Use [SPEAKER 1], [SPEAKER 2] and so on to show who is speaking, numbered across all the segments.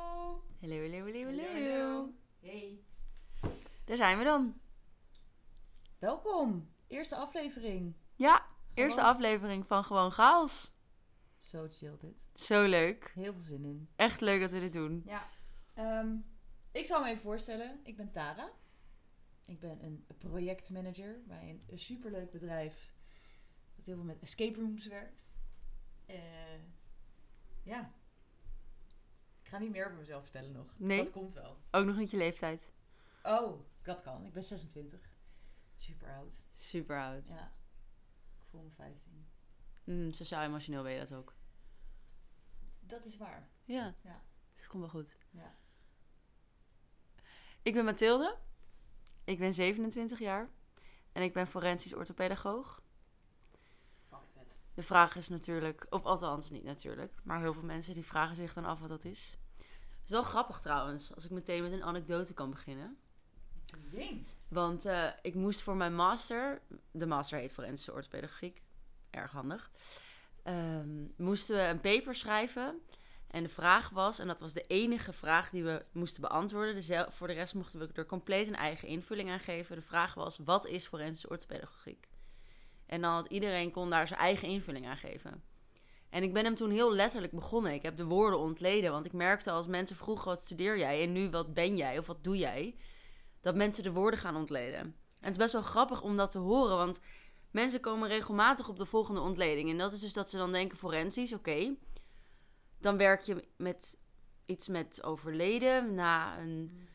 [SPEAKER 1] Hallo, hallo, hallo, hallo.
[SPEAKER 2] Hey.
[SPEAKER 1] Daar zijn we dan.
[SPEAKER 2] Welkom. Eerste aflevering.
[SPEAKER 1] Ja, eerste aflevering van Gewoon Chaos.
[SPEAKER 2] Zo chill dit.
[SPEAKER 1] Zo leuk.
[SPEAKER 2] Heel veel zin in.
[SPEAKER 1] Echt leuk dat we dit doen.
[SPEAKER 2] Ja. Ehm, ik zal me even voorstellen. Ik ben Tara. Ik ben een projectmanager bij een, een superleuk bedrijf dat heel veel met escape rooms werkt. Eh, ja. Ik ga niet meer over mezelf vertellen nog.
[SPEAKER 1] Nee.
[SPEAKER 2] Dat komt wel.
[SPEAKER 1] Ook nog niet je leeftijd.
[SPEAKER 2] Oh, dat kan. Ik ben 26. Super oud.
[SPEAKER 1] Super oud.
[SPEAKER 2] Ja. Ik voel me 15.
[SPEAKER 1] Mm, Sociaal-emotioneel ben je dat ook.
[SPEAKER 2] Dat is waar.
[SPEAKER 1] Ja.
[SPEAKER 2] Ja.
[SPEAKER 1] Dus het komt wel goed.
[SPEAKER 2] Ja.
[SPEAKER 1] Ik ben Mathilde. Ik ben 27 jaar. En ik ben forensisch orthopedagoog.
[SPEAKER 2] Fuck vet.
[SPEAKER 1] De vraag is natuurlijk, of althans niet natuurlijk, maar heel veel mensen die vragen zich dan af wat dat is. Het is wel grappig trouwens, als ik meteen met een anekdote kan beginnen.
[SPEAKER 2] Ding.
[SPEAKER 1] Want eh, ik moest voor mijn master, de master heet Forensische Orthopedagogiek, erg handig, ehm, moesten we een paper schrijven. En de vraag was, en dat was de enige vraag die we moesten beantwoorden, dus zelf- voor de rest mochten we er compleet een eigen invulling aan geven. De vraag was, wat is Forensische Orthopedagogiek? En dan had iedereen kon daar zijn eigen invulling aan geven. En ik ben hem toen heel letterlijk begonnen. Ik heb de woorden ontleden, want ik merkte als mensen vroegen, wat studeer jij? En nu, wat ben jij? Of wat doe jij? dat mensen de woorden gaan ontleden. En het is best wel grappig om dat te horen, want mensen komen regelmatig op de volgende ontleding. En dat is dus dat ze dan denken forensisch, oké. Dan werk je met iets met overleden, na een,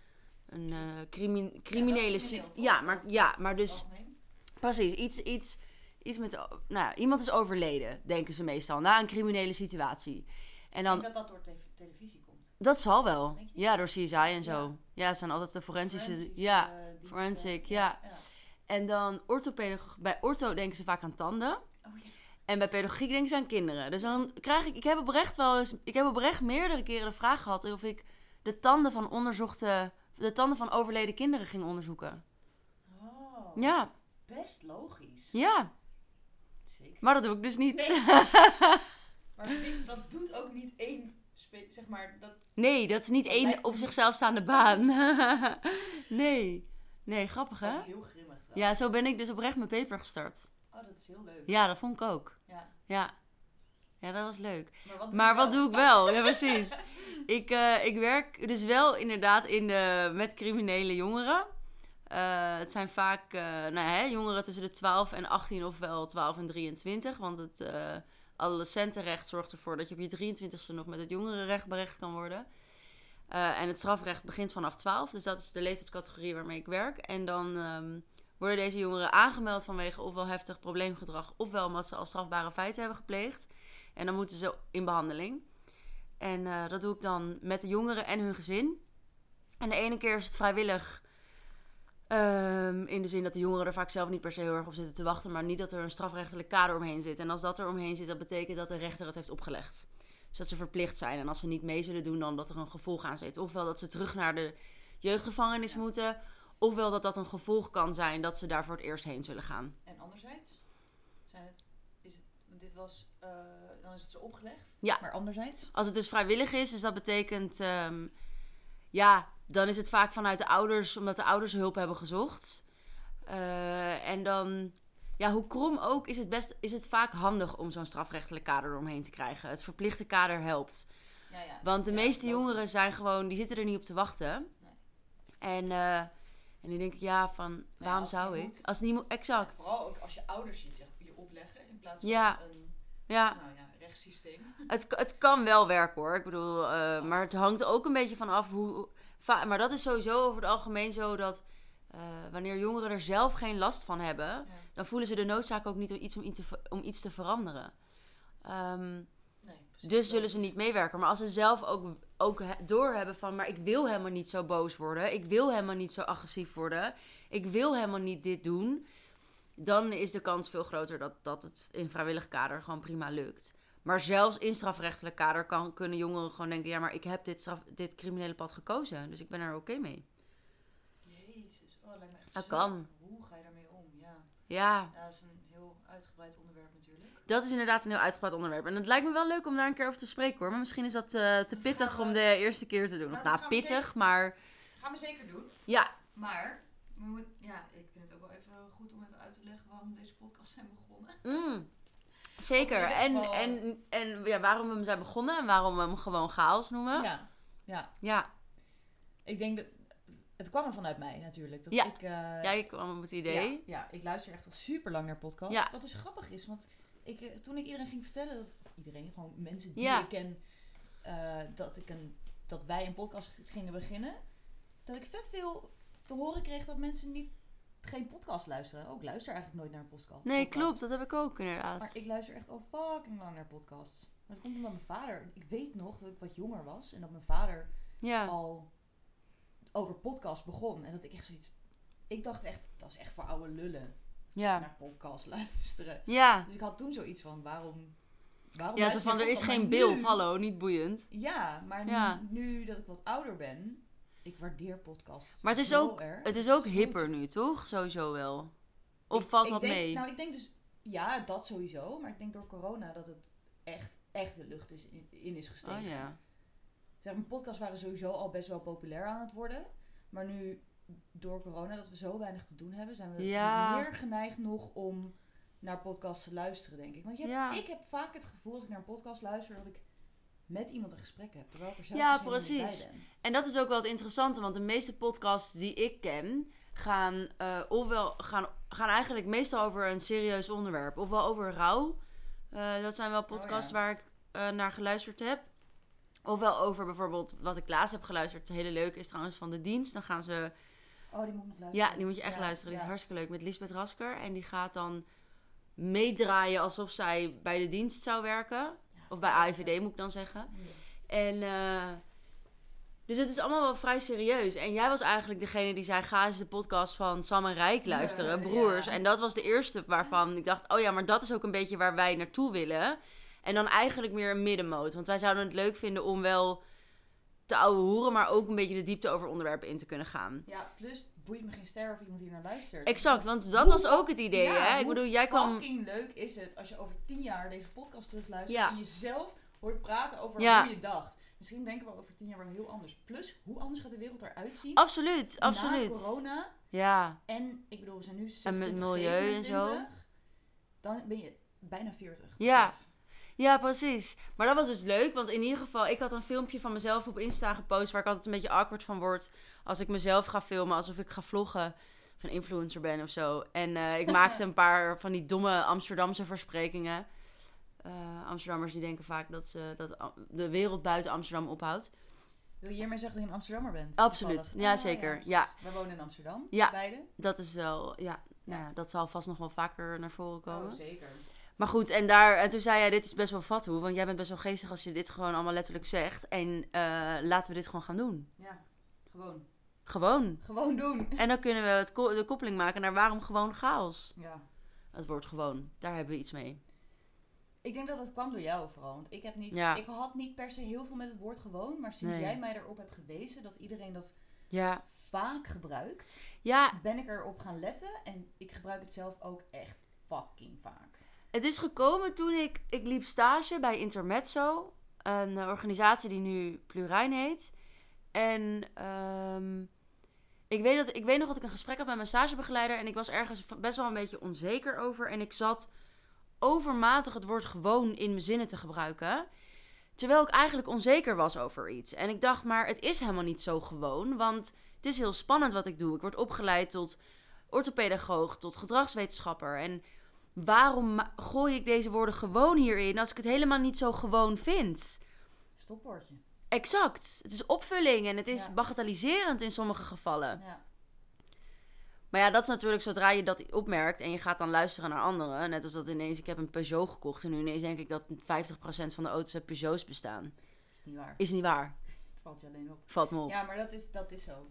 [SPEAKER 1] een eh, crimi- criminele...
[SPEAKER 2] crimineel,
[SPEAKER 1] si-
[SPEAKER 2] toch?
[SPEAKER 1] ja, maar, ja, maar dus...
[SPEAKER 2] Algemeen?
[SPEAKER 1] Precies, iets, iets, iets met. Nou, ja, iemand is overleden, denken ze meestal, na een criminele situatie.
[SPEAKER 2] Ik denk
[SPEAKER 1] En dan,
[SPEAKER 2] dat dat door tev- televisie komt.
[SPEAKER 1] dat zal wel.
[SPEAKER 2] Denk je?
[SPEAKER 1] Ja, door CSI en zo. Ja,
[SPEAKER 2] Ja.
[SPEAKER 1] het zijn altijd de forensische.
[SPEAKER 2] Forensisch,
[SPEAKER 1] ja,
[SPEAKER 2] eh, diensten.
[SPEAKER 1] forensic, ja. En dan orthopedag bij ortho denken ze vaak aan tanden.
[SPEAKER 2] Oh ja.
[SPEAKER 1] En bij pedagogiek denken ze aan kinderen. Dus dan krijg ik, ik heb oprecht wel eens, ik heb oprecht meerdere keren de vraag gehad of ik de tanden van onderzochte, de tanden van overleden kinderen ging onderzoeken.
[SPEAKER 2] Oh,
[SPEAKER 1] Ja,
[SPEAKER 2] Best logisch.
[SPEAKER 1] ja.
[SPEAKER 2] Zeker.
[SPEAKER 1] Maar dat doe ik dus niet.
[SPEAKER 2] Nee. Maar wie- dat doet ook niet één, spe- zeg maar, dat...
[SPEAKER 1] Nee, dat is niet
[SPEAKER 2] Dat
[SPEAKER 1] één
[SPEAKER 2] lijkt me
[SPEAKER 1] op
[SPEAKER 2] niet.
[SPEAKER 1] zichzelf staande baan. nee. Nee, grappig hè?
[SPEAKER 2] Heel grimmig trouwens.
[SPEAKER 1] Ja, zo ben ik dus oprecht mijn paper gestart.
[SPEAKER 2] Oh, dat is heel leuk.
[SPEAKER 1] Ja, dat vond ik ook.
[SPEAKER 2] Ja.
[SPEAKER 1] Ja. Ja, dat was leuk.
[SPEAKER 2] Maar wat doe,
[SPEAKER 1] Maar
[SPEAKER 2] je
[SPEAKER 1] wat
[SPEAKER 2] wel?
[SPEAKER 1] doe ik wel? Ja, precies. Ik, eh, ik werk dus wel inderdaad in de, met criminele jongeren. Eh, het zijn vaak eh, nou, hè, jongeren tussen de 12 en 18, ofwel 12 en 23. Want het eh adolescentenrecht zorgt ervoor dat je op je 23ste nog met het jongerenrecht berecht kan worden. Eh, en het strafrecht begint vanaf 12, dus dat is de leeftijdscategorie waarmee ik werk. En dan ehm, worden deze jongeren aangemeld vanwege ofwel heftig probleemgedrag, ofwel omdat ze al strafbare feiten hebben gepleegd. En dan moeten ze in behandeling. En eh, dat doe ik dan met de jongeren en hun gezin. En de ene keer is het vrijwillig. ehm, in de zin dat de jongeren er vaak zelf niet per se heel erg op zitten te wachten. Maar niet dat er een strafrechtelijk kader omheen zit. En als dat er omheen zit, dat betekent dat de rechter het heeft opgelegd. Dus dat ze verplicht zijn. En als ze niet mee zullen doen, dan dat er een gevolg aan zit. Ofwel dat ze terug naar de jeugdgevangenis moeten. Ofwel dat dat een gevolg kan zijn dat ze daar voor het eerst heen zullen gaan.
[SPEAKER 2] En anderzijds? Zijn het... Is het want dit was... eh, dan is het zo opgelegd.
[SPEAKER 1] Ja.
[SPEAKER 2] Maar anderzijds?
[SPEAKER 1] Als het dus vrijwillig is, dus dat betekent, ehm, ja, dan is het vaak vanuit de ouders, omdat de ouders hulp hebben gezocht. Eh, en dan, ja, hoe krom ook, is het, best, is het vaak handig om zo'n strafrechtelijk kader eromheen te krijgen. Het verplichte kader helpt.
[SPEAKER 2] Ja, ja.
[SPEAKER 1] Want de
[SPEAKER 2] Ja,
[SPEAKER 1] meeste
[SPEAKER 2] logisch.
[SPEAKER 1] jongeren zijn gewoon, die zitten er niet op te wachten.
[SPEAKER 2] Nee.
[SPEAKER 1] En, eh, en die denken, ja, van, waarom
[SPEAKER 2] als het
[SPEAKER 1] zou
[SPEAKER 2] niet
[SPEAKER 1] ik?
[SPEAKER 2] moet.
[SPEAKER 1] Als het niet moet, exact.
[SPEAKER 2] Vooral ook als je ouders je, zeg- je opleggen in plaats van
[SPEAKER 1] Ja.
[SPEAKER 2] een
[SPEAKER 1] Ja.
[SPEAKER 2] nou ja, rechtssysteem.
[SPEAKER 1] Het, het kan wel werken hoor. Ik bedoel, eh, maar het hangt ook een beetje van af hoe. va- maar dat is sowieso over het algemeen zo dat eh, wanneer jongeren er zelf geen last van hebben,
[SPEAKER 2] Ja.
[SPEAKER 1] dan voelen ze de noodzaak ook niet om iets, om iets, te, ver- om iets te veranderen. Ehm,
[SPEAKER 2] Nee, precies.
[SPEAKER 1] dus zullen ze
[SPEAKER 2] Logisch.
[SPEAKER 1] niet meewerken. Maar als ze zelf ook, ook he- doorhebben van, maar ik wil helemaal niet zo boos worden, ik wil helemaal niet zo agressief worden, ik wil helemaal niet dit doen, dan is de kans veel groter dat, dat het in vrijwillig kader gewoon prima lukt. Maar zelfs in strafrechtelijk kader kan, kunnen jongeren gewoon denken, ja, maar ik heb dit, straf, dit criminele pad gekozen, dus ik ben er oké mee.
[SPEAKER 2] Jezus, oh, dat lijkt me echt
[SPEAKER 1] Dat
[SPEAKER 2] zo.
[SPEAKER 1] kan.
[SPEAKER 2] Hoe ga je daarmee om? Ja.
[SPEAKER 1] Ja,
[SPEAKER 2] ja, dat is een heel uitgebreid onderwerp natuurlijk.
[SPEAKER 1] Dat is inderdaad een heel uitgepraat onderwerp. En het lijkt me wel leuk om daar een keer over te spreken hoor. Maar misschien is dat eh, te pittig om de eerste keer te doen. Of
[SPEAKER 3] Nou,
[SPEAKER 1] nou,
[SPEAKER 3] dat gaan we
[SPEAKER 1] pittig, maar
[SPEAKER 3] Gaan we zeker doen.
[SPEAKER 1] ja.
[SPEAKER 3] Maar, we moeten, ja, ik vind het ook wel even goed om even uit te leggen waarom we deze podcast zijn begonnen.
[SPEAKER 1] mm, Zeker.
[SPEAKER 3] Of in
[SPEAKER 1] En,
[SPEAKER 3] ieder geval-
[SPEAKER 1] en, en ja, waarom we hem zijn begonnen en waarom we hem gewoon chaos noemen. Ja.
[SPEAKER 2] Ja. ja, ik denk dat... Het kwam er vanuit mij natuurlijk. Dat
[SPEAKER 1] Ja.
[SPEAKER 2] ik, eh,
[SPEAKER 1] Jij kwam met het idee.
[SPEAKER 2] Ja, ja, ik luister echt al super lang naar podcasts.
[SPEAKER 1] Ja.
[SPEAKER 2] Wat dus grappig is, want ik, eh, toen ik iedereen ging vertellen dat of iedereen, gewoon mensen die
[SPEAKER 1] Ja.
[SPEAKER 2] ik ken, eh, dat, ik een, dat wij een podcast g- gingen beginnen, dat ik vet veel te horen kreeg dat mensen niet geen podcast luisteren. Ook luister eigenlijk nooit naar een podca- podcast.
[SPEAKER 1] Nee, klopt. Dat heb ik ook inderdaad.
[SPEAKER 2] Maar ik luister echt al fucking lang naar podcasts. Maar dat komt omdat mijn vader, ik weet nog dat ik wat jonger was en dat mijn vader
[SPEAKER 1] Ja.
[SPEAKER 2] al over podcasts begon en dat ik echt zoiets, ik dacht echt, dat is echt voor oude lullen
[SPEAKER 1] Ja.
[SPEAKER 2] naar podcast luisteren.
[SPEAKER 1] Ja.
[SPEAKER 2] Dus ik had toen zoiets van, waarom... waarom
[SPEAKER 1] Ja, zo
[SPEAKER 2] luister
[SPEAKER 1] van,
[SPEAKER 2] ik
[SPEAKER 1] er is
[SPEAKER 2] podcast?
[SPEAKER 1] geen
[SPEAKER 2] Oh, Maar
[SPEAKER 1] beeld,
[SPEAKER 2] nu-
[SPEAKER 1] hallo, niet boeiend.
[SPEAKER 2] Ja, maar nu-
[SPEAKER 1] Ja.
[SPEAKER 2] Nu, dat ik wat ouder ben, ik waardeer podcasts
[SPEAKER 1] Maar het is
[SPEAKER 2] zo
[SPEAKER 1] ook-
[SPEAKER 2] erg.
[SPEAKER 1] Het is ook
[SPEAKER 2] Zo
[SPEAKER 1] hipper
[SPEAKER 2] goed.
[SPEAKER 1] nu, toch? Sowieso wel. Of
[SPEAKER 2] Ik-
[SPEAKER 1] valt
[SPEAKER 2] ik
[SPEAKER 1] dat
[SPEAKER 2] denk-
[SPEAKER 1] mee?
[SPEAKER 2] Nou, ik denk dus, ja, dat sowieso. Maar ik denk door corona dat het echt, echt de lucht is in, in is gestegen.
[SPEAKER 1] oh ja.
[SPEAKER 2] Zeg, maar, podcasts waren sowieso al best wel populair aan het worden. Maar nu, door corona, dat we zo weinig te doen hebben, zijn we
[SPEAKER 1] Ja.
[SPEAKER 2] meer geneigd nog om naar podcasts te luisteren, denk ik. Want je hebt-
[SPEAKER 1] Ja.
[SPEAKER 2] ik heb vaak het gevoel als ik naar een podcast luister, dat ik met iemand een gesprek heb. Terwijl ik er zelf
[SPEAKER 1] Ja,
[SPEAKER 2] dus helemaal niet bij
[SPEAKER 1] precies.
[SPEAKER 2] ben.
[SPEAKER 1] En dat is ook wel het interessante, want de meeste podcasts die ik ken gaan, eh, ofwel, gaan, gaan eigenlijk meestal over een serieus onderwerp, ofwel over rouw. Eh, dat zijn wel podcasts
[SPEAKER 2] Oh, ja.
[SPEAKER 1] waar ik eh, naar geluisterd heb. Ofwel over bijvoorbeeld wat ik laatst heb geluisterd. Het hele leuke is trouwens van de dienst. Dan gaan ze
[SPEAKER 2] Oh, die moet ik nog luisteren.
[SPEAKER 1] Ja, die moet je echt
[SPEAKER 2] Ja,
[SPEAKER 1] luisteren. Die is
[SPEAKER 2] ja.
[SPEAKER 1] hartstikke leuk met Lisbeth Rasker. En die gaat dan meedraaien alsof zij bij de dienst zou werken.
[SPEAKER 2] Ja,
[SPEAKER 1] Of bij AIVD moet ik dan zeggen.
[SPEAKER 2] Ja.
[SPEAKER 1] En eh, dus het is allemaal wel vrij serieus. En jij was eigenlijk degene die zei: ga eens de podcast van Sam en Rijk luisteren,
[SPEAKER 2] Ja,
[SPEAKER 1] broers.
[SPEAKER 2] ja.
[SPEAKER 1] En dat was de eerste waarvan ik dacht: oh ja, maar dat is ook een beetje waar wij naartoe willen. En dan eigenlijk meer een middenmoot. Want wij zouden het leuk vinden om wel te ouwe hoeren, maar ook een beetje de diepte over onderwerpen in te kunnen gaan.
[SPEAKER 2] Ja, plus het boeit me geen ster of iemand hier naar luistert.
[SPEAKER 1] Exact, want dat
[SPEAKER 2] Hoe-
[SPEAKER 1] was ook het idee,
[SPEAKER 2] Ja,
[SPEAKER 1] hè? Ik
[SPEAKER 2] hoe
[SPEAKER 1] bedoel, jij kwam...
[SPEAKER 2] fucking leuk is het als je over tien jaar deze podcast terugluistert
[SPEAKER 1] Ja.
[SPEAKER 2] en jezelf hoort praten over
[SPEAKER 1] Ja.
[SPEAKER 2] hoe je dacht. Misschien denken we over tien jaar wel heel anders. Plus, hoe anders gaat de wereld eruit zien
[SPEAKER 1] Absoluut,
[SPEAKER 2] na
[SPEAKER 1] absoluut.
[SPEAKER 2] corona?
[SPEAKER 1] Ja,
[SPEAKER 2] En ik bedoel, we zijn nu 26,
[SPEAKER 1] met milieu en zo.
[SPEAKER 2] 27. Dan ben je bijna 40.
[SPEAKER 1] Ja.
[SPEAKER 2] Besef.
[SPEAKER 1] ja, precies. Maar dat was dus leuk, want in ieder geval... Ik had een filmpje van mezelf op Insta gepost... waar ik altijd een beetje awkward van word... als ik mezelf ga filmen, alsof ik ga vloggen... of een influencer ben of zo. En eh, ik maakte een paar van die domme Amsterdamse versprekingen. Eh, Amsterdammers die denken vaak dat, ze, dat Am- de wereld buiten Amsterdam ophoudt.
[SPEAKER 2] Wil je hiermee zeggen dat je een Amsterdammer bent?
[SPEAKER 1] Absoluut.
[SPEAKER 2] Toevallig.
[SPEAKER 1] Ja,
[SPEAKER 2] Ah,
[SPEAKER 1] zeker.
[SPEAKER 2] precies.
[SPEAKER 1] Ja.
[SPEAKER 2] Wij wonen in Amsterdam,
[SPEAKER 1] Ja.
[SPEAKER 2] beide.
[SPEAKER 1] Dat is wel... Ja, nou ja, dat zal vast nog wel vaker naar voren komen.
[SPEAKER 2] Oh, zeker.
[SPEAKER 1] Maar goed, en, daar, en toen zei jij, dit is best wel fatsoen, want jij bent best wel geestig als je dit gewoon allemaal letterlijk zegt. En eh, laten we dit gewoon gaan doen.
[SPEAKER 2] Ja, gewoon.
[SPEAKER 1] Gewoon.
[SPEAKER 2] Gewoon doen.
[SPEAKER 1] En dan kunnen we het ko- de koppeling maken naar waarom gewoon chaos.
[SPEAKER 2] Ja.
[SPEAKER 1] Het woord gewoon, daar hebben we iets mee.
[SPEAKER 2] Ik denk dat dat kwam door jou vooral. Want ik, heb niet,
[SPEAKER 1] Ja.
[SPEAKER 2] ik had niet per se heel veel met het woord gewoon. Maar sinds
[SPEAKER 1] Nee.
[SPEAKER 2] jij mij erop hebt gewezen dat iedereen dat
[SPEAKER 1] Ja,
[SPEAKER 2] vaak gebruikt,
[SPEAKER 1] ja
[SPEAKER 2] ben ik erop gaan letten. En ik gebruik het zelf ook echt fucking vaak.
[SPEAKER 1] het is gekomen toen ik, ik liep stage bij Intermezzo, een eh, organisatie die nu Plurijn heet. En ehm, ik, weet dat, ik weet nog dat ik een gesprek had met mijn stagebegeleider en ik was ergens v- best wel een beetje onzeker over. En ik zat overmatig het woord gewoon in mijn zinnen te gebruiken. Terwijl ik eigenlijk onzeker was over iets. En ik dacht, maar het is helemaal niet zo gewoon, want het is heel spannend wat ik doe. Ik word opgeleid tot orthopedagoog, tot gedragswetenschapper. En waarom ma- gooi ik deze woorden gewoon hierin als ik het helemaal niet zo gewoon vind?
[SPEAKER 2] Stopwoordje.
[SPEAKER 1] Exact. Het is opvulling en het is
[SPEAKER 2] Ja.
[SPEAKER 1] bagatelliserend in sommige gevallen.
[SPEAKER 2] Ja.
[SPEAKER 1] Maar ja, dat is natuurlijk zodra je dat opmerkt en je gaat dan luisteren naar anderen. Net als dat ineens, ik heb een Peugeot gekocht en nu ineens denk ik dat 50% van de auto's uit Peugeots bestaan.
[SPEAKER 2] Is niet waar.
[SPEAKER 1] Is niet waar.
[SPEAKER 2] Het valt je alleen op.
[SPEAKER 1] Valt me op. Ah. Ja.
[SPEAKER 2] Ja, maar dat is, dat is zo.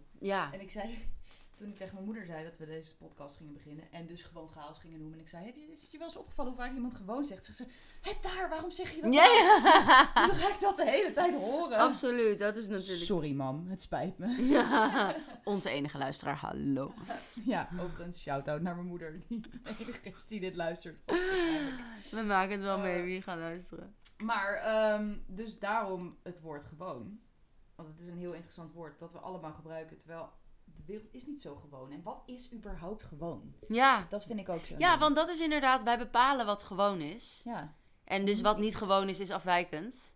[SPEAKER 2] En ik zei, toen ik tegen mijn moeder zei dat we deze podcast gingen beginnen en dus gewoon chaos gingen noemen. En ik zei, heb je, is het je wel eens opgevallen hoe vaak iemand gewoon zegt? Zegt ze, hé daar, waarom zeg je dat?
[SPEAKER 1] Ja,
[SPEAKER 2] nou?
[SPEAKER 1] ja.
[SPEAKER 2] Hoe ga ik dat de hele tijd horen?
[SPEAKER 1] Absoluut, dat is natuurlijk.
[SPEAKER 2] Sorry mam, het spijt me.
[SPEAKER 1] Ja, onze enige luisteraar, hallo.
[SPEAKER 2] Ja, overigens shout-out naar mijn moeder die de enige is die dit luistert. waarschijnlijk.
[SPEAKER 1] We maken het wel mee
[SPEAKER 2] Eh.
[SPEAKER 1] wie gaan luisteren.
[SPEAKER 2] Maar, ehm, dus daarom het woord gewoon. Want het is een heel interessant woord dat we allemaal gebruiken. Terwijl de wereld is niet zo gewoon. En wat is überhaupt gewoon?
[SPEAKER 1] Ja.
[SPEAKER 2] Dat vind ik ook zo.
[SPEAKER 1] ja, want dat is inderdaad, wij bepalen wat gewoon is.
[SPEAKER 2] Ja,
[SPEAKER 1] En dus wat niet gewoon is, is afwijkend.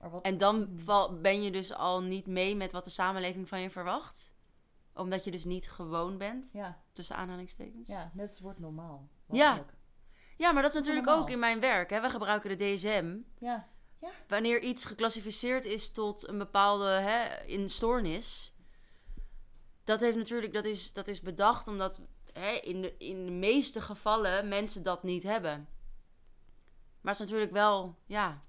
[SPEAKER 2] maar wat...
[SPEAKER 1] En dan val- ben je dus al niet mee met wat de samenleving van je verwacht. Omdat je dus niet gewoon bent,
[SPEAKER 2] Ja,
[SPEAKER 1] tussen aanhalingstekens.
[SPEAKER 2] ja, net als het woord normaal.
[SPEAKER 1] Ja.
[SPEAKER 2] Walgelijk.
[SPEAKER 1] Ja, maar dat is natuurlijk
[SPEAKER 2] Normaal.
[SPEAKER 1] ook in mijn werk. Hè? We gebruiken de DSM.
[SPEAKER 2] Ja.
[SPEAKER 1] Wanneer iets geclassificeerd is tot een bepaalde hè, in stoornis. Dat heeft natuurlijk, dat is, dat is bedacht omdat hè, in, de, in de meeste gevallen mensen dat niet hebben. Maar het is natuurlijk wel, ja.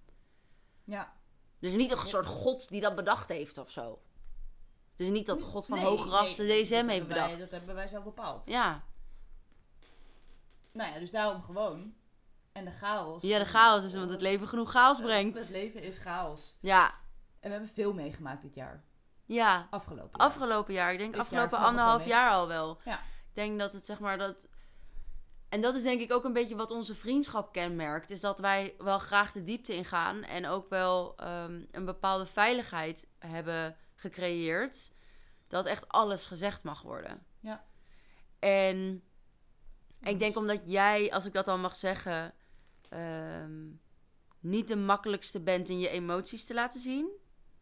[SPEAKER 2] Ja.
[SPEAKER 1] Dus niet een soort god die dat bedacht heeft of zo. Het is niet dat god van hoger af de
[SPEAKER 2] nee,
[SPEAKER 1] DSM
[SPEAKER 2] dat
[SPEAKER 1] heeft
[SPEAKER 2] hebben wij-
[SPEAKER 1] bedacht.
[SPEAKER 2] dat hebben wij zelf bepaald.
[SPEAKER 1] Ja.
[SPEAKER 2] Nou ja, dus daarom gewoon. En de chaos.
[SPEAKER 1] ja, de chaos is omdat het leven genoeg chaos
[SPEAKER 2] Het
[SPEAKER 1] brengt.
[SPEAKER 2] leven is chaos.
[SPEAKER 1] Ja,
[SPEAKER 2] En we hebben veel meegemaakt dit jaar.
[SPEAKER 1] ja.
[SPEAKER 2] Afgelopen jaar.
[SPEAKER 1] Afgelopen jaar, ik denk
[SPEAKER 2] Dit jaar
[SPEAKER 1] afgelopen
[SPEAKER 2] valt nog wel
[SPEAKER 1] anderhalf
[SPEAKER 2] mee.
[SPEAKER 1] jaar al wel.
[SPEAKER 2] Ja.
[SPEAKER 1] Ik denk dat het zeg maar dat. En dat is denk ik ook een beetje wat onze vriendschap kenmerkt. Is dat wij wel graag de diepte ingaan. En ook wel ehm, een bepaalde veiligheid hebben gecreëerd. Dat echt alles gezegd mag worden.
[SPEAKER 2] Ja.
[SPEAKER 1] En ik denk omdat jij, als ik dat dan mag zeggen. ehm, niet de makkelijkste bent in je emoties te laten zien.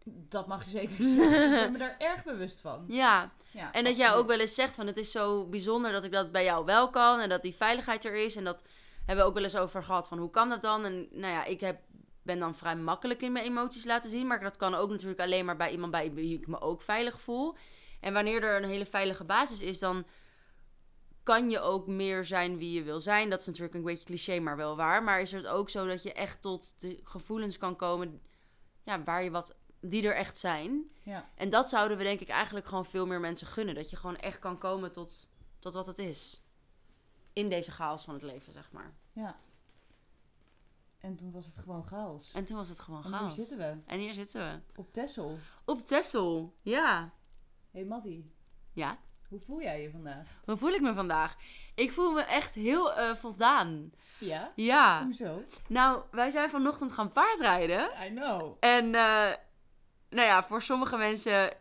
[SPEAKER 2] Dat mag je zeker zeggen. ik ben me daar erg bewust van.
[SPEAKER 1] Ja,
[SPEAKER 2] Ja,
[SPEAKER 1] En dat jij ook wel eens zegt van het is zo bijzonder dat ik dat bij jou wel kan en dat die veiligheid er is. En dat hebben we ook wel eens over gehad van hoe kan dat dan? En nou ja, ik heb, ben dan vrij makkelijk in mijn emoties laten zien. Maar dat kan ook natuurlijk alleen maar bij iemand bij wie ik me ook veilig voel. En wanneer er een hele veilige basis is, dan kan je ook meer zijn wie je wil zijn. Dat is natuurlijk een beetje cliché, maar wel waar. Maar is het ook zo dat je echt tot de gevoelens kan komen ja, waar je wat, die er echt zijn?
[SPEAKER 2] Ja.
[SPEAKER 1] En dat zouden we denk ik eigenlijk gewoon veel meer mensen gunnen. Dat je gewoon echt kan komen tot, tot wat het is. In deze chaos van het leven, zeg maar.
[SPEAKER 2] En toen was het gewoon chaos.
[SPEAKER 1] En toen was het gewoon
[SPEAKER 2] En hier
[SPEAKER 1] chaos.
[SPEAKER 2] zitten we.
[SPEAKER 1] En hier zitten we.
[SPEAKER 2] Op Tessel.
[SPEAKER 1] Op Texel. Ja.
[SPEAKER 2] Hé hey, Mattie,
[SPEAKER 1] Ja.
[SPEAKER 2] hoe voel jij je vandaag?
[SPEAKER 1] Hoe voel ik me vandaag? Ik voel me echt heel eh, voldaan.
[SPEAKER 2] Ja?
[SPEAKER 1] Ja.
[SPEAKER 2] Hoezo?
[SPEAKER 1] Nou, wij zijn vanochtend gaan paardrijden.
[SPEAKER 2] I know.
[SPEAKER 1] En eh, nou ja, voor sommige mensen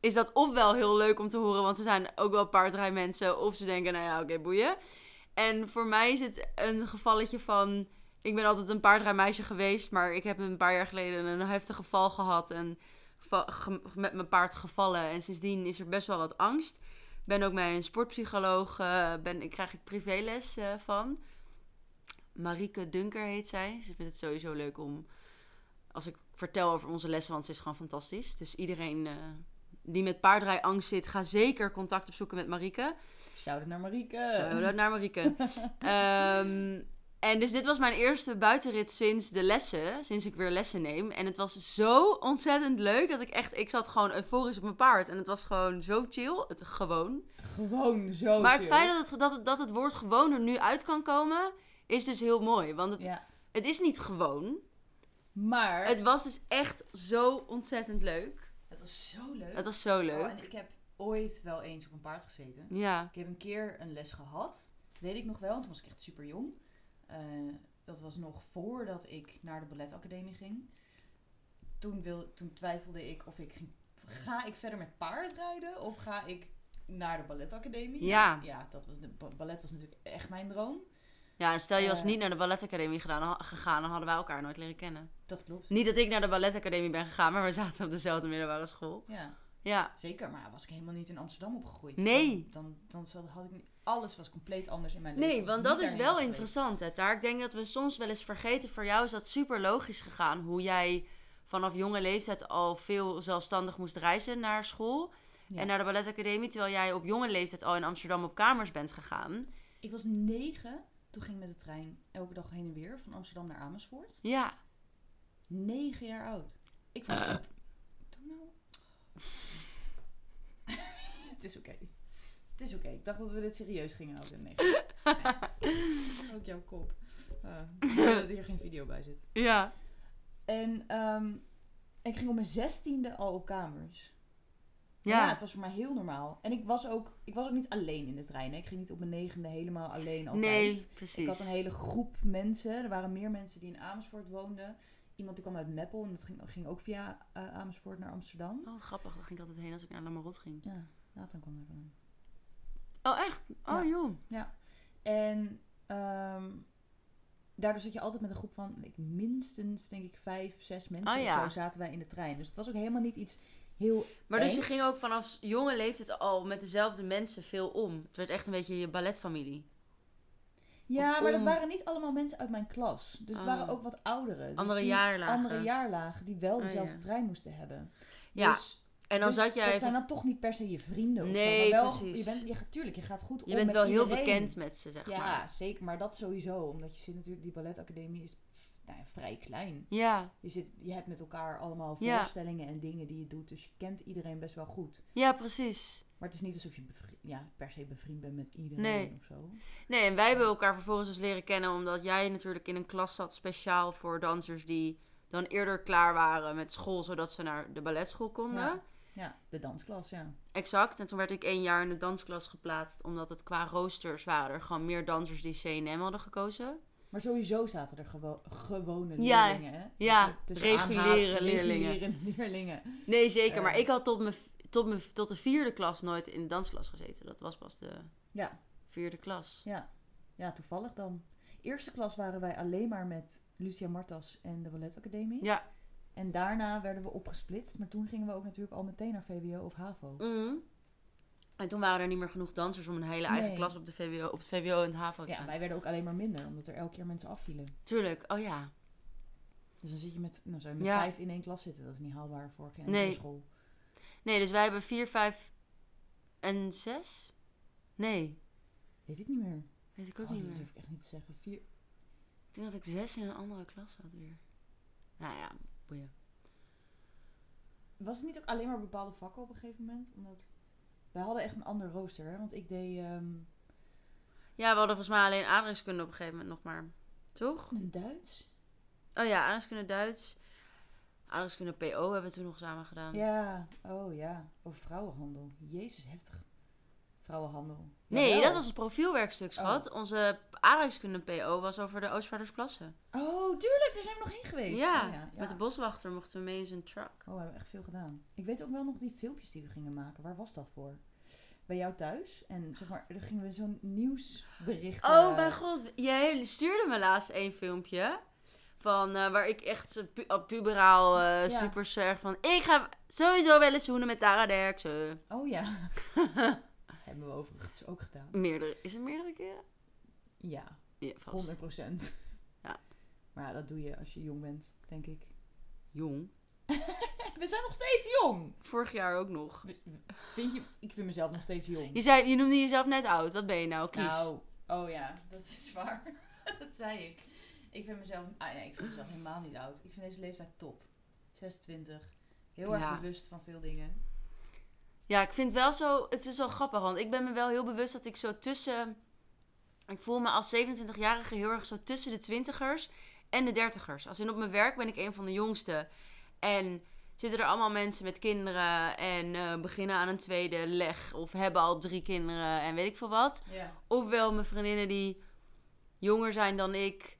[SPEAKER 1] is dat ofwel heel leuk om te horen, want ze zijn ook wel paardrijmensen. Of ze denken, nou ja, oké, boeien. En voor mij is het een gevalletje van, ik ben altijd een paardrijmeisje geweest, maar ik heb een paar jaar geleden een heftig geval gehad en va- ge- met mijn paard gevallen. En sindsdien is er best wel wat angst. Ik ben ook bij een sportpsycholoog, eh, ben, ik krijg ik privéles eh, van. Marieke Dunker heet zij. Ze vindt het sowieso leuk om als ik vertel over onze lessen, want ze is gewoon fantastisch. Dus iedereen eh, die met paardrijangst zit, ga zeker contact opzoeken met Marieke.
[SPEAKER 2] Shout-out naar Marieke.
[SPEAKER 1] Zo, dat naar Marieke. Ehm, en dus dit was mijn eerste buitenrit sinds de lessen, sinds ik weer lessen neem. En het was zo ontzettend leuk dat ik echt, ik zat gewoon euforisch op mijn paard. En het was gewoon zo chill, het gewoon.
[SPEAKER 2] Gewoon zo
[SPEAKER 1] maar het
[SPEAKER 2] chill.
[SPEAKER 1] feit dat het, dat, het, dat het woord gewoon er nu uit kan komen, is dus heel mooi. Want het,
[SPEAKER 2] Ja.
[SPEAKER 1] het is niet gewoon.
[SPEAKER 2] Maar...
[SPEAKER 1] Het was dus echt zo ontzettend leuk.
[SPEAKER 2] Het was zo leuk.
[SPEAKER 1] Het was zo
[SPEAKER 2] Oh,
[SPEAKER 1] leuk.
[SPEAKER 2] en ik heb ooit wel eens op een paard gezeten.
[SPEAKER 1] Ja.
[SPEAKER 2] Ik heb een keer een les gehad. Weet ik nog wel, want toen was ik echt super jong. Eh, dat was nog voordat ik naar de balletacademie ging. Toen, wil, toen twijfelde ik of ik ging. Ga ik verder met paardrijden of ga ik naar de balletacademie?
[SPEAKER 1] Ja.
[SPEAKER 2] Ja, dat was, de ba- ballet was natuurlijk echt mijn droom.
[SPEAKER 1] Ja, en stel je was
[SPEAKER 2] Eh.
[SPEAKER 1] niet naar de balletacademie gedaan, ha- gegaan, dan hadden wij elkaar nooit leren kennen.
[SPEAKER 2] Dat klopt.
[SPEAKER 1] Niet dat ik naar de balletacademie ben gegaan, maar we zaten op dezelfde middelbare school.
[SPEAKER 2] Ja,
[SPEAKER 1] Ja,
[SPEAKER 2] zeker. Maar was ik helemaal niet in Amsterdam opgegroeid.
[SPEAKER 1] Nee.
[SPEAKER 2] Dan, dan, dan zat- had ik niet... Alles was compleet anders in mijn leven.
[SPEAKER 1] nee,
[SPEAKER 2] als ik
[SPEAKER 1] want
[SPEAKER 2] niet
[SPEAKER 1] dat is
[SPEAKER 2] daarheen
[SPEAKER 1] wel
[SPEAKER 2] was geweest.
[SPEAKER 1] interessant, hè, Taar. Ik denk dat we soms wel eens vergeten, voor jou is dat super logisch gegaan, hoe jij vanaf jonge leeftijd al veel zelfstandig moest reizen naar school
[SPEAKER 2] Ja.
[SPEAKER 1] en naar de balletacademie, terwijl jij op jonge leeftijd al in Amsterdam op kamers bent gegaan.
[SPEAKER 2] Ik was negen. Toen ging ik met de trein elke dag heen en weer van Amsterdam naar Amersfoort.
[SPEAKER 1] Ja,
[SPEAKER 2] Negen jaar oud. Ik vond het... Doe nou. het is oké. Het is oké. Ik dacht dat we dit serieus gingen houden. Nee. nee. Ook jouw kop. Ah, ik hoop dat hier geen video bij zit.
[SPEAKER 1] Ja.
[SPEAKER 2] En ehm, ik ging op mijn zestiende al op kamers. Ja.
[SPEAKER 1] Ja.
[SPEAKER 2] het was voor mij heel normaal. En ik was ook, ik was ook niet alleen in de trein. Hè. Ik ging niet op mijn negende helemaal alleen altijd.
[SPEAKER 1] nee,
[SPEAKER 2] Ik
[SPEAKER 1] precies.
[SPEAKER 2] had een hele groep mensen. Er waren meer mensen die in Amersfoort woonden. Iemand die kwam uit Meppel en dat ging, ging ook via eh, Amersfoort naar Amsterdam.
[SPEAKER 1] Oh, wat grappig. Daar ging ik altijd heen als ik naar Lamarot ging.
[SPEAKER 2] Ja, Nathan kwam er vandaan.
[SPEAKER 1] Oh, echt? Oh,
[SPEAKER 2] Ja.
[SPEAKER 1] joh.
[SPEAKER 2] En ehm, daardoor zat je altijd met een groep van ik, minstens, denk ik, vijf, zes mensen
[SPEAKER 1] Oh
[SPEAKER 2] of
[SPEAKER 1] ja.
[SPEAKER 2] zo zaten wij in de trein. Dus het was ook helemaal niet iets heel...
[SPEAKER 1] Maar dus je
[SPEAKER 2] Eens?
[SPEAKER 1] ging ook vanaf jonge leeftijd al met dezelfde mensen veel om. Het werd echt een beetje je balletfamilie.
[SPEAKER 2] Ja, maar dat
[SPEAKER 1] om.
[SPEAKER 2] waren niet allemaal mensen uit mijn klas. Dus het
[SPEAKER 1] Oh.
[SPEAKER 2] waren ook wat ouderen. Dus
[SPEAKER 1] Andere
[SPEAKER 2] die
[SPEAKER 1] jaarlagen.
[SPEAKER 2] Andere jaarlagen die wel
[SPEAKER 1] Oh,
[SPEAKER 2] dezelfde
[SPEAKER 1] ja.
[SPEAKER 2] trein moesten hebben.
[SPEAKER 1] Ja,
[SPEAKER 2] Dus
[SPEAKER 1] en dan
[SPEAKER 2] Dus
[SPEAKER 1] zat jij...
[SPEAKER 2] Dat
[SPEAKER 1] even-
[SPEAKER 2] zijn dan toch niet per se je vrienden. of zo,
[SPEAKER 1] Nee,
[SPEAKER 2] maar wel,
[SPEAKER 1] precies.
[SPEAKER 2] Je bent, je, tuurlijk, je gaat goed om
[SPEAKER 1] je bent
[SPEAKER 2] met
[SPEAKER 1] wel heel
[SPEAKER 2] iedereen.
[SPEAKER 1] bekend met ze, zeg
[SPEAKER 2] Ja,
[SPEAKER 1] maar.
[SPEAKER 2] zeker. Maar dat sowieso. Omdat je zit natuurlijk... Die balletacademie is pff, nou ja, vrij klein.
[SPEAKER 1] Ja,
[SPEAKER 2] Je, zit, je hebt met elkaar allemaal
[SPEAKER 1] Ja.
[SPEAKER 2] voorstellingen en dingen die je doet. Dus je kent iedereen best wel goed.
[SPEAKER 1] ja, precies.
[SPEAKER 2] Maar het is niet alsof je bevri- ja, per se bevriend bent met iedereen
[SPEAKER 1] Nee.
[SPEAKER 2] of zo.
[SPEAKER 1] Nee, en wij hebben elkaar vervolgens dus leren kennen omdat jij natuurlijk in een klas zat speciaal voor dansers die dan eerder klaar waren met school, zodat ze naar de balletschool konden.
[SPEAKER 2] Ja. Ja, de dansklas, ja.
[SPEAKER 1] Exact. En toen werd ik één jaar in de dansklas geplaatst, omdat het qua roosters waren er gewoon meer dansers die CNM hadden gekozen.
[SPEAKER 2] Maar sowieso zaten er gewo- gewone
[SPEAKER 1] Ja,
[SPEAKER 2] leerlingen, hè?
[SPEAKER 1] ja,
[SPEAKER 2] Tussen
[SPEAKER 1] reguliere
[SPEAKER 2] aanhaal-
[SPEAKER 1] leerlingen.
[SPEAKER 2] reguliere leerlingen.
[SPEAKER 1] Nee, zeker. Maar
[SPEAKER 2] Eh.
[SPEAKER 1] ik had tot, mijn, tot, mijn, tot de vierde klas nooit in de dansklas gezeten. Dat was pas de
[SPEAKER 2] Ja,
[SPEAKER 1] vierde klas.
[SPEAKER 2] Ja, ja toevallig dan. Eerste klas waren wij alleen maar met Lucia Martas en de balletacademie.
[SPEAKER 1] Ja.
[SPEAKER 2] En daarna werden we opgesplitst. Maar toen gingen we ook natuurlijk al meteen naar VWO of HAVO.
[SPEAKER 1] Mhm. En toen waren er niet meer genoeg dansers om een hele eigen
[SPEAKER 2] Nee.
[SPEAKER 1] klas op, de VWO, op het VWO en het HAVO te
[SPEAKER 2] Ja,
[SPEAKER 1] zijn.
[SPEAKER 2] wij werden ook alleen maar minder, omdat er elke keer mensen afvielen.
[SPEAKER 1] Tuurlijk. Oh ja.
[SPEAKER 2] Dus dan zit je met, nou, zou je met
[SPEAKER 1] Ja.
[SPEAKER 2] vijf in één klas zitten. Dat is niet haalbaar voor geen
[SPEAKER 1] Nee.
[SPEAKER 2] enkele school.
[SPEAKER 1] Nee, dus wij hebben 4, 5 en 6? Nee,
[SPEAKER 2] Weet ik niet meer.
[SPEAKER 1] weet ik ook
[SPEAKER 2] Oh,
[SPEAKER 1] niet
[SPEAKER 2] dat
[SPEAKER 1] meer.
[SPEAKER 2] durf ik echt niet te zeggen. Vier...
[SPEAKER 1] Ik denk dat ik 6 in een andere klas had weer. Nou ja, boeien.
[SPEAKER 2] Was het niet ook alleen maar bepaalde vakken op een gegeven moment? Omdat... Wij hadden echt een ander rooster, hè? Want ik deed... ehm,
[SPEAKER 1] Ja, we hadden volgens mij alleen aardrijkskunde op een gegeven moment nog maar. Toch?
[SPEAKER 2] een Duits?
[SPEAKER 1] Oh ja, aardrijkskunde Duits. Aardrijkskunde PO hebben we toen nog samen gedaan.
[SPEAKER 2] Ja, oh ja. Over vrouwenhandel. Jezus, heftig. Vrouwenhandel.
[SPEAKER 1] Nee,
[SPEAKER 2] Jawel.
[SPEAKER 1] dat was het profielwerkstuk,
[SPEAKER 2] Oh.
[SPEAKER 1] schat. Onze aardrijkskunde PO was over de Oostvaardersplassen.
[SPEAKER 2] Oh, tuurlijk, daar zijn we nog heen geweest.
[SPEAKER 1] Ja,
[SPEAKER 2] Oh, ja, ja.
[SPEAKER 1] met de boswachter mochten we mee in zijn truck.
[SPEAKER 2] Oh, we hebben echt veel gedaan. Ik weet ook wel nog die filmpjes die we gingen maken. Waar was dat voor? Bij jou thuis. En zeg maar, er gingen we zo'n nieuwsbericht...
[SPEAKER 1] Oh
[SPEAKER 2] eh,
[SPEAKER 1] mijn god, jij stuurde me laatst één filmpje. Van eh, waar ik echt eh, pu- eh, puberaal eh, super zeg van... Ik ga sowieso wel eens zoenen met Tara Derksen.
[SPEAKER 2] Oh ja. hebben we overigens ook gedaan.
[SPEAKER 1] Meerdere, is het meerdere keren?
[SPEAKER 2] Ja,
[SPEAKER 1] Ja, vast.
[SPEAKER 2] 100 procent.
[SPEAKER 1] Ja.
[SPEAKER 2] Maar ja, dat doe je als je jong bent, denk ik. Eh,
[SPEAKER 1] Jong.
[SPEAKER 2] We zijn nog steeds jong!
[SPEAKER 1] Vorig jaar ook nog.
[SPEAKER 2] We- we- Vind je... Ik vind mezelf nog steeds jong.
[SPEAKER 1] Je, zei, je noemde jezelf net oud. Wat ben je nou? Kies.
[SPEAKER 2] Nou, oh ja, dat is waar. dat zei ik. Ik vind mezelf, ah ja, ik vind mezelf helemaal niet oud. Ik vind deze leeftijd top. 26. Heel erg
[SPEAKER 1] Ja.
[SPEAKER 2] bewust van veel dingen.
[SPEAKER 1] Ja, ik vind wel zo... Het is wel grappig, want ik ben me wel heel bewust dat ik zo tussen... Ik voel me als 27-jarige heel erg zo tussen de twintigers en de dertigers. Als in op mijn werk ben ik een van de jongste. En zitten er allemaal mensen met kinderen en eh, beginnen aan een tweede leg. Of hebben al drie kinderen en weet ik veel wat.
[SPEAKER 2] Ja.
[SPEAKER 1] Ofwel mijn vriendinnen die jonger zijn dan ik.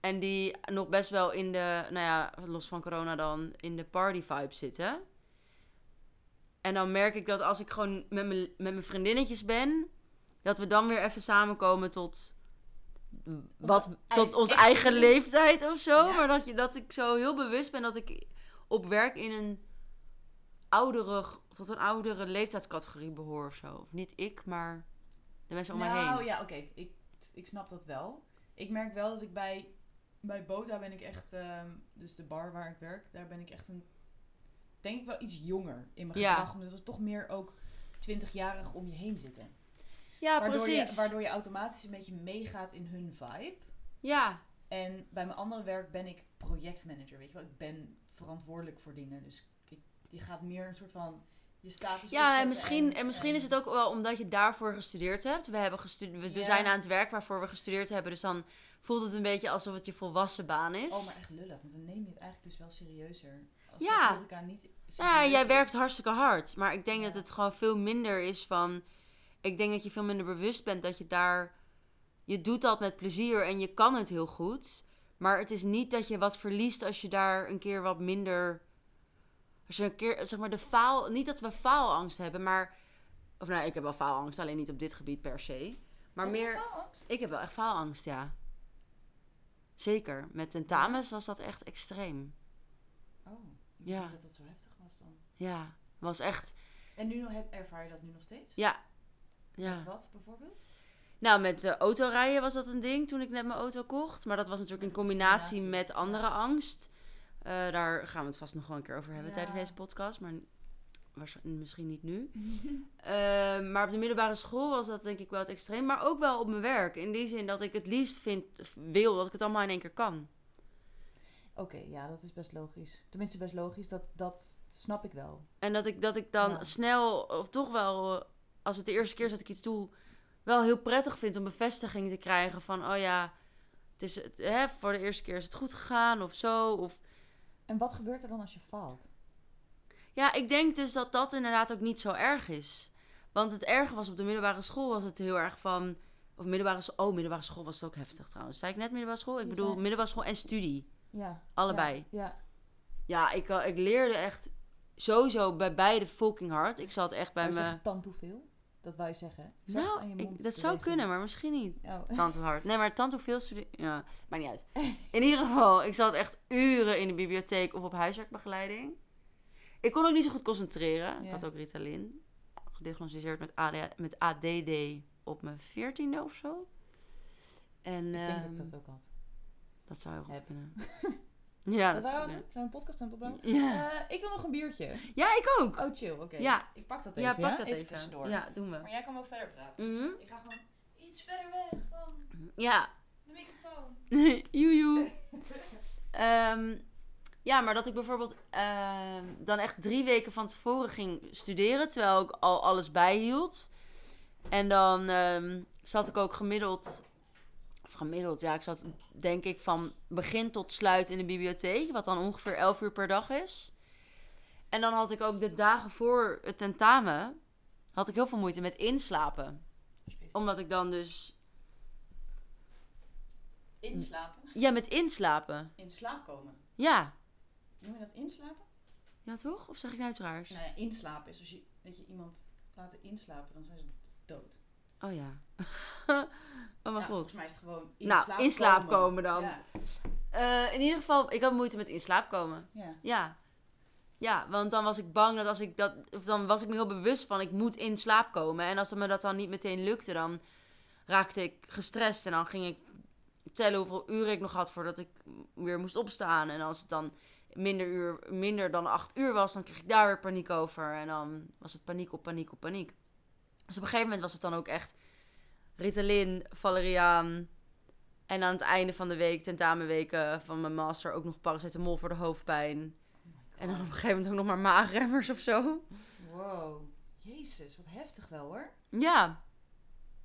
[SPEAKER 1] En die nog best wel in de, nou ja, los van corona dan, in de party vibe zitten. En dan merk ik dat als ik gewoon met mijn, met mijn vriendinnetjes ben, dat we dan weer even samenkomen tot, wat,
[SPEAKER 2] eigen-
[SPEAKER 1] tot ons
[SPEAKER 2] echt
[SPEAKER 1] eigen
[SPEAKER 2] leven.
[SPEAKER 1] leeftijd of zo.
[SPEAKER 2] Ja.
[SPEAKER 1] Maar dat, je, dat ik zo heel bewust ben dat ik op werk in een oudere, tot een oudere leeftijdscategorie behoor of zo. Of niet ik, maar de mensen om mij
[SPEAKER 2] Nou
[SPEAKER 1] heen.
[SPEAKER 2] ja, oké, ik, ik snap dat wel. Ik merk wel dat ik bij, bij Bota ben ik echt, ehm, dus de bar waar ik werk, daar ben ik echt een, denk ik wel iets jonger in mijn
[SPEAKER 1] Ja.
[SPEAKER 2] gedrag. Omdat er toch meer ook 20-jarig om je heen zitten.
[SPEAKER 1] Ja,
[SPEAKER 2] waardoor,
[SPEAKER 1] precies.
[SPEAKER 2] je, waardoor je automatisch een beetje meegaat in hun vibe.
[SPEAKER 1] Ja,
[SPEAKER 2] En bij mijn andere werk ben ik projectmanager, weet je wel. Ik ben verantwoordelijk voor dingen. Dus ik, je gaat meer een soort van je status
[SPEAKER 1] Ja, en
[SPEAKER 2] opzetten
[SPEAKER 1] misschien, en misschien is het ook wel omdat je daarvoor gestudeerd hebt. We, hebben gestu- we
[SPEAKER 2] Ja.
[SPEAKER 1] zijn aan het werk waarvoor we gestudeerd hebben. Dus dan voelt het een beetje alsof het je volwassen baan is.
[SPEAKER 2] Oh, maar echt lullig, want dan neem je het eigenlijk dus wel serieuzer. Als
[SPEAKER 1] Ja.
[SPEAKER 2] de horeca niet
[SPEAKER 1] ja,
[SPEAKER 2] serieus
[SPEAKER 1] jij
[SPEAKER 2] is.
[SPEAKER 1] werkt hartstikke hard. Maar ik denk
[SPEAKER 2] Ja.
[SPEAKER 1] dat het gewoon veel minder is van... Ik denk dat je veel minder bewust bent dat je daar... Je doet dat met plezier en je kan het heel goed. Maar het is niet dat je wat verliest als je daar een keer wat minder... Als je een keer, zeg maar, de faal... Niet dat we faalangst hebben, maar... Of nou, ik heb wel faalangst, alleen niet op dit gebied per se. Maar
[SPEAKER 2] Heb je
[SPEAKER 1] meer...
[SPEAKER 2] faalangst?
[SPEAKER 1] Ik heb wel echt faalangst, ja. Zeker. Met tentamens was dat echt extreem.
[SPEAKER 2] Oh, ik
[SPEAKER 1] Ja.
[SPEAKER 2] ja. dat dat zo heftig was dan.
[SPEAKER 1] Ja, was echt...
[SPEAKER 2] En nu nog heb, ervaar je dat nu nog steeds?
[SPEAKER 1] Ja.
[SPEAKER 2] Met wat bijvoorbeeld?
[SPEAKER 1] Nou, met eh, autorijden was dat een ding toen ik net mijn auto kocht. Maar dat was natuurlijk in
[SPEAKER 2] Maar dat is
[SPEAKER 1] combinatie
[SPEAKER 2] combinatie,
[SPEAKER 1] met andere angst. Eh, daar gaan we het vast nog wel een keer over hebben
[SPEAKER 2] Ja.
[SPEAKER 1] tijdens deze podcast. Maar waarsch- misschien niet nu. Eh, maar op de middelbare school was dat denk ik wel het extreem. Maar ook wel op mijn werk. In die zin dat ik het liefst vind, wil dat ik het allemaal in één keer kan.
[SPEAKER 2] Oké, ja, dat is best logisch. Tenminste, best logisch. Dat, dat snap ik wel.
[SPEAKER 1] En dat ik, dat ik dan
[SPEAKER 2] Ja.
[SPEAKER 1] snel, of toch wel, eh, als het de eerste keer is dat ik iets doe, wel heel prettig vind om bevestiging te krijgen van, oh ja, het is, het, hè, voor de eerste keer is het goed gegaan of zo. Of...
[SPEAKER 2] En wat gebeurt er dan als je faalt?
[SPEAKER 1] Ja, ik denk dus dat dat inderdaad ook niet zo erg is. Want het erge was op de middelbare school was het heel erg van, of middelbare, s- oh, middelbare school was het ook heftig trouwens. Zei ik net middelbare school? Ik
[SPEAKER 2] Je
[SPEAKER 1] bedoel
[SPEAKER 2] zei-
[SPEAKER 1] middelbare school en studie.
[SPEAKER 2] Ja.
[SPEAKER 1] Allebei.
[SPEAKER 2] Ja. ja.
[SPEAKER 1] Ja, ik, eh, ik leerde echt sowieso bij beide fucking hard. Ik zat echt bij
[SPEAKER 2] Maar zeg
[SPEAKER 1] me...
[SPEAKER 2] Oh, je tand hoeveel? Dat wou je zeggen. Ik zag het aan
[SPEAKER 1] Nou,
[SPEAKER 2] je
[SPEAKER 1] ik-
[SPEAKER 2] mond
[SPEAKER 1] dat zou kunnen,
[SPEAKER 2] bewegen.
[SPEAKER 1] maar misschien niet.
[SPEAKER 2] Oh.
[SPEAKER 1] Tante hard. Nee, maar tante hoeveel studie... Ja, maakt niet uit. In ieder geval, ik zat echt uren in de bibliotheek of op huiswerkbegeleiding. Ik kon ook niet zo goed concentreren. Ik
[SPEAKER 2] Ja.
[SPEAKER 1] had ook Ritalin. Gediagnosticeerd met, AD, met ADD op mijn veertiende of zo. En
[SPEAKER 2] Ik denk dat
[SPEAKER 1] ehm,
[SPEAKER 2] ik
[SPEAKER 1] dat,
[SPEAKER 2] dat ook had.
[SPEAKER 1] zou heel goed
[SPEAKER 2] heb.
[SPEAKER 1] kunnen. ja,
[SPEAKER 2] Wat waren
[SPEAKER 1] dat zou
[SPEAKER 2] we aan
[SPEAKER 1] kunnen.
[SPEAKER 2] het doen? Zijn we een podcast aan het opbouwen?
[SPEAKER 1] Ja.
[SPEAKER 2] Eh, ik wil nog een biertje.
[SPEAKER 1] ja, ik ook.
[SPEAKER 2] Oh, chill. Oké.
[SPEAKER 1] Ja.
[SPEAKER 2] Ik pak dat even.
[SPEAKER 1] ja, pak dat
[SPEAKER 2] Even
[SPEAKER 1] even.
[SPEAKER 2] tussendoor.
[SPEAKER 1] Ja, doen we.
[SPEAKER 3] Maar jij kan wel verder praten.
[SPEAKER 1] Mhm.
[SPEAKER 3] Ik ga gewoon iets verder weg van
[SPEAKER 1] Ja.
[SPEAKER 3] de microfoon.
[SPEAKER 1] Joejoe. Ehm, ja, maar dat ik bijvoorbeeld ehm, dan echt drie weken van tevoren ging studeren, terwijl ik al alles bijhield. En dan ehm, zat ik ook gemiddeld, of gemiddeld, ja, ik zat denk ik van begin tot sluit in de bibliotheek, wat dan ongeveer elf uur per dag is. En dan had ik ook de dagen voor het tentamen, had ik heel veel moeite met inslapen. Omdat ik dan dus,
[SPEAKER 3] Inslapen.
[SPEAKER 1] ja, met inslapen.
[SPEAKER 3] In slaap komen.
[SPEAKER 1] Ja.
[SPEAKER 3] Noem je dat inslapen?
[SPEAKER 1] Ja, toch? Of zeg ik nou iets raars?
[SPEAKER 3] Nou ja, inslapen is als je, dat je iemand laat inslapen, dan zijn ze dood.
[SPEAKER 1] Oh ja. oh mijn
[SPEAKER 3] Nou,
[SPEAKER 1] god.
[SPEAKER 3] volgens mij is het gewoon in
[SPEAKER 1] Nou,
[SPEAKER 3] slaap
[SPEAKER 1] in slaap komen dan.
[SPEAKER 3] Ja.
[SPEAKER 1] Eh, in ieder geval, ik had moeite met in slaap komen.
[SPEAKER 3] ja.
[SPEAKER 1] Ja. Ja, want dan was ik bang dat als ik dat... Of dan was ik me heel bewust van, ik moet in slaap komen. En als het me dat dan niet meteen lukte, dan raakte ik gestrest. En dan ging ik tellen hoeveel uren ik nog had voordat ik weer moest opstaan. En als het dan minder, uur, minder dan acht uur was, dan kreeg ik daar weer paniek over. En dan was het paniek op paniek op paniek. Dus op een gegeven moment was het dan ook echt Ritalin, Valeriaan. En aan het einde van de week, tentamenweken van mijn master, ook nog paracetamol voor de hoofdpijn. En dan op een gegeven moment ook nog maar maagremmers of zo.
[SPEAKER 2] Wow. Jezus, wat heftig wel hoor.
[SPEAKER 1] Ja.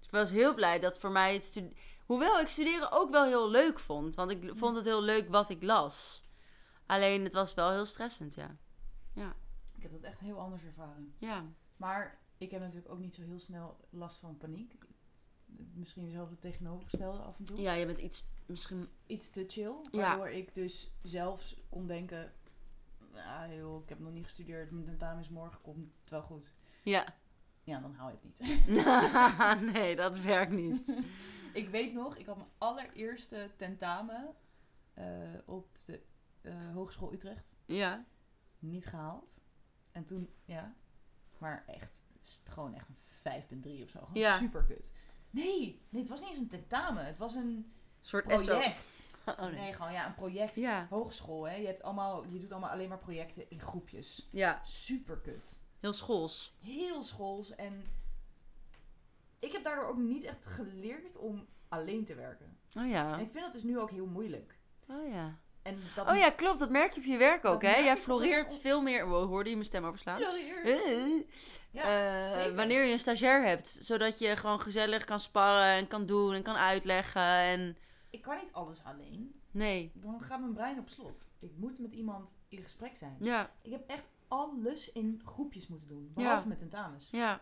[SPEAKER 1] Ik was heel blij dat voor mij het studeren... Hoewel ik studeren ook wel heel leuk vond. Want ik vond het heel leuk wat ik las. Alleen het was wel heel stressend, ja.
[SPEAKER 2] Ik heb dat echt heel anders ervaren.
[SPEAKER 1] Ja.
[SPEAKER 2] Maar ik heb natuurlijk ook niet zo heel snel last van paniek. Misschien zelfs het tegenovergestelde af en toe.
[SPEAKER 1] Ja, je bent iets... Misschien...
[SPEAKER 2] Iets te chill.
[SPEAKER 1] Ja.
[SPEAKER 2] Waardoor ik dus zelfs kon denken... Ah joh, ik heb nog niet gestudeerd. Mijn tentamen is morgen. Komt het wel goed.
[SPEAKER 1] Ja.
[SPEAKER 2] Ja, dan hou je het niet.
[SPEAKER 1] nee, dat werkt niet.
[SPEAKER 2] Ik weet nog, ik had mijn allereerste tentamen eh, op de eh, Hogeschool Utrecht
[SPEAKER 1] Ja.
[SPEAKER 2] niet gehaald. En toen, ja, maar echt, s- gewoon echt een 5,3 of zo. Gewoon
[SPEAKER 1] Ja.
[SPEAKER 2] super kut. Nee, nee, het was niet eens een tentamen. Het was een
[SPEAKER 1] Een soort SO.
[SPEAKER 2] project.
[SPEAKER 1] Oh
[SPEAKER 2] nee.
[SPEAKER 1] nee.
[SPEAKER 2] gewoon ja, een project.
[SPEAKER 1] Ja.
[SPEAKER 2] Hogeschool, hè. Je, hebt allemaal, je doet allemaal alleen maar projecten in groepjes.
[SPEAKER 1] Ja.
[SPEAKER 2] Super kut.
[SPEAKER 1] Heel schools.
[SPEAKER 2] Heel schools en... Ik heb daardoor ook niet echt geleerd om alleen te werken.
[SPEAKER 1] Oh
[SPEAKER 2] En
[SPEAKER 1] ja.
[SPEAKER 2] ik vind dat dus nu ook heel moeilijk.
[SPEAKER 1] Oh ja.
[SPEAKER 2] En dat
[SPEAKER 1] Oh ja, klopt. Dat merk je op je werk ook,
[SPEAKER 2] Dat
[SPEAKER 1] hè?
[SPEAKER 2] merk
[SPEAKER 1] Jij
[SPEAKER 2] ik op
[SPEAKER 1] floreert
[SPEAKER 2] mijn- op-
[SPEAKER 1] veel meer... Wow, hoorde je mijn stem overslaan?
[SPEAKER 2] floreert.
[SPEAKER 1] Eh.
[SPEAKER 2] Ja,
[SPEAKER 1] Eh,
[SPEAKER 2] zeker.
[SPEAKER 1] wanneer je een stagiair hebt. Zodat je gewoon gezellig kan sparren en kan doen en kan uitleggen. En
[SPEAKER 2] Ik kan niet alles alleen.
[SPEAKER 1] nee.
[SPEAKER 2] Dan gaat mijn brein op slot. Ik moet met iemand in gesprek zijn.
[SPEAKER 1] Ja,
[SPEAKER 2] Ik heb echt alles in groepjes moeten doen.
[SPEAKER 1] Ja.
[SPEAKER 2] Behalve met tentamens.
[SPEAKER 1] ja.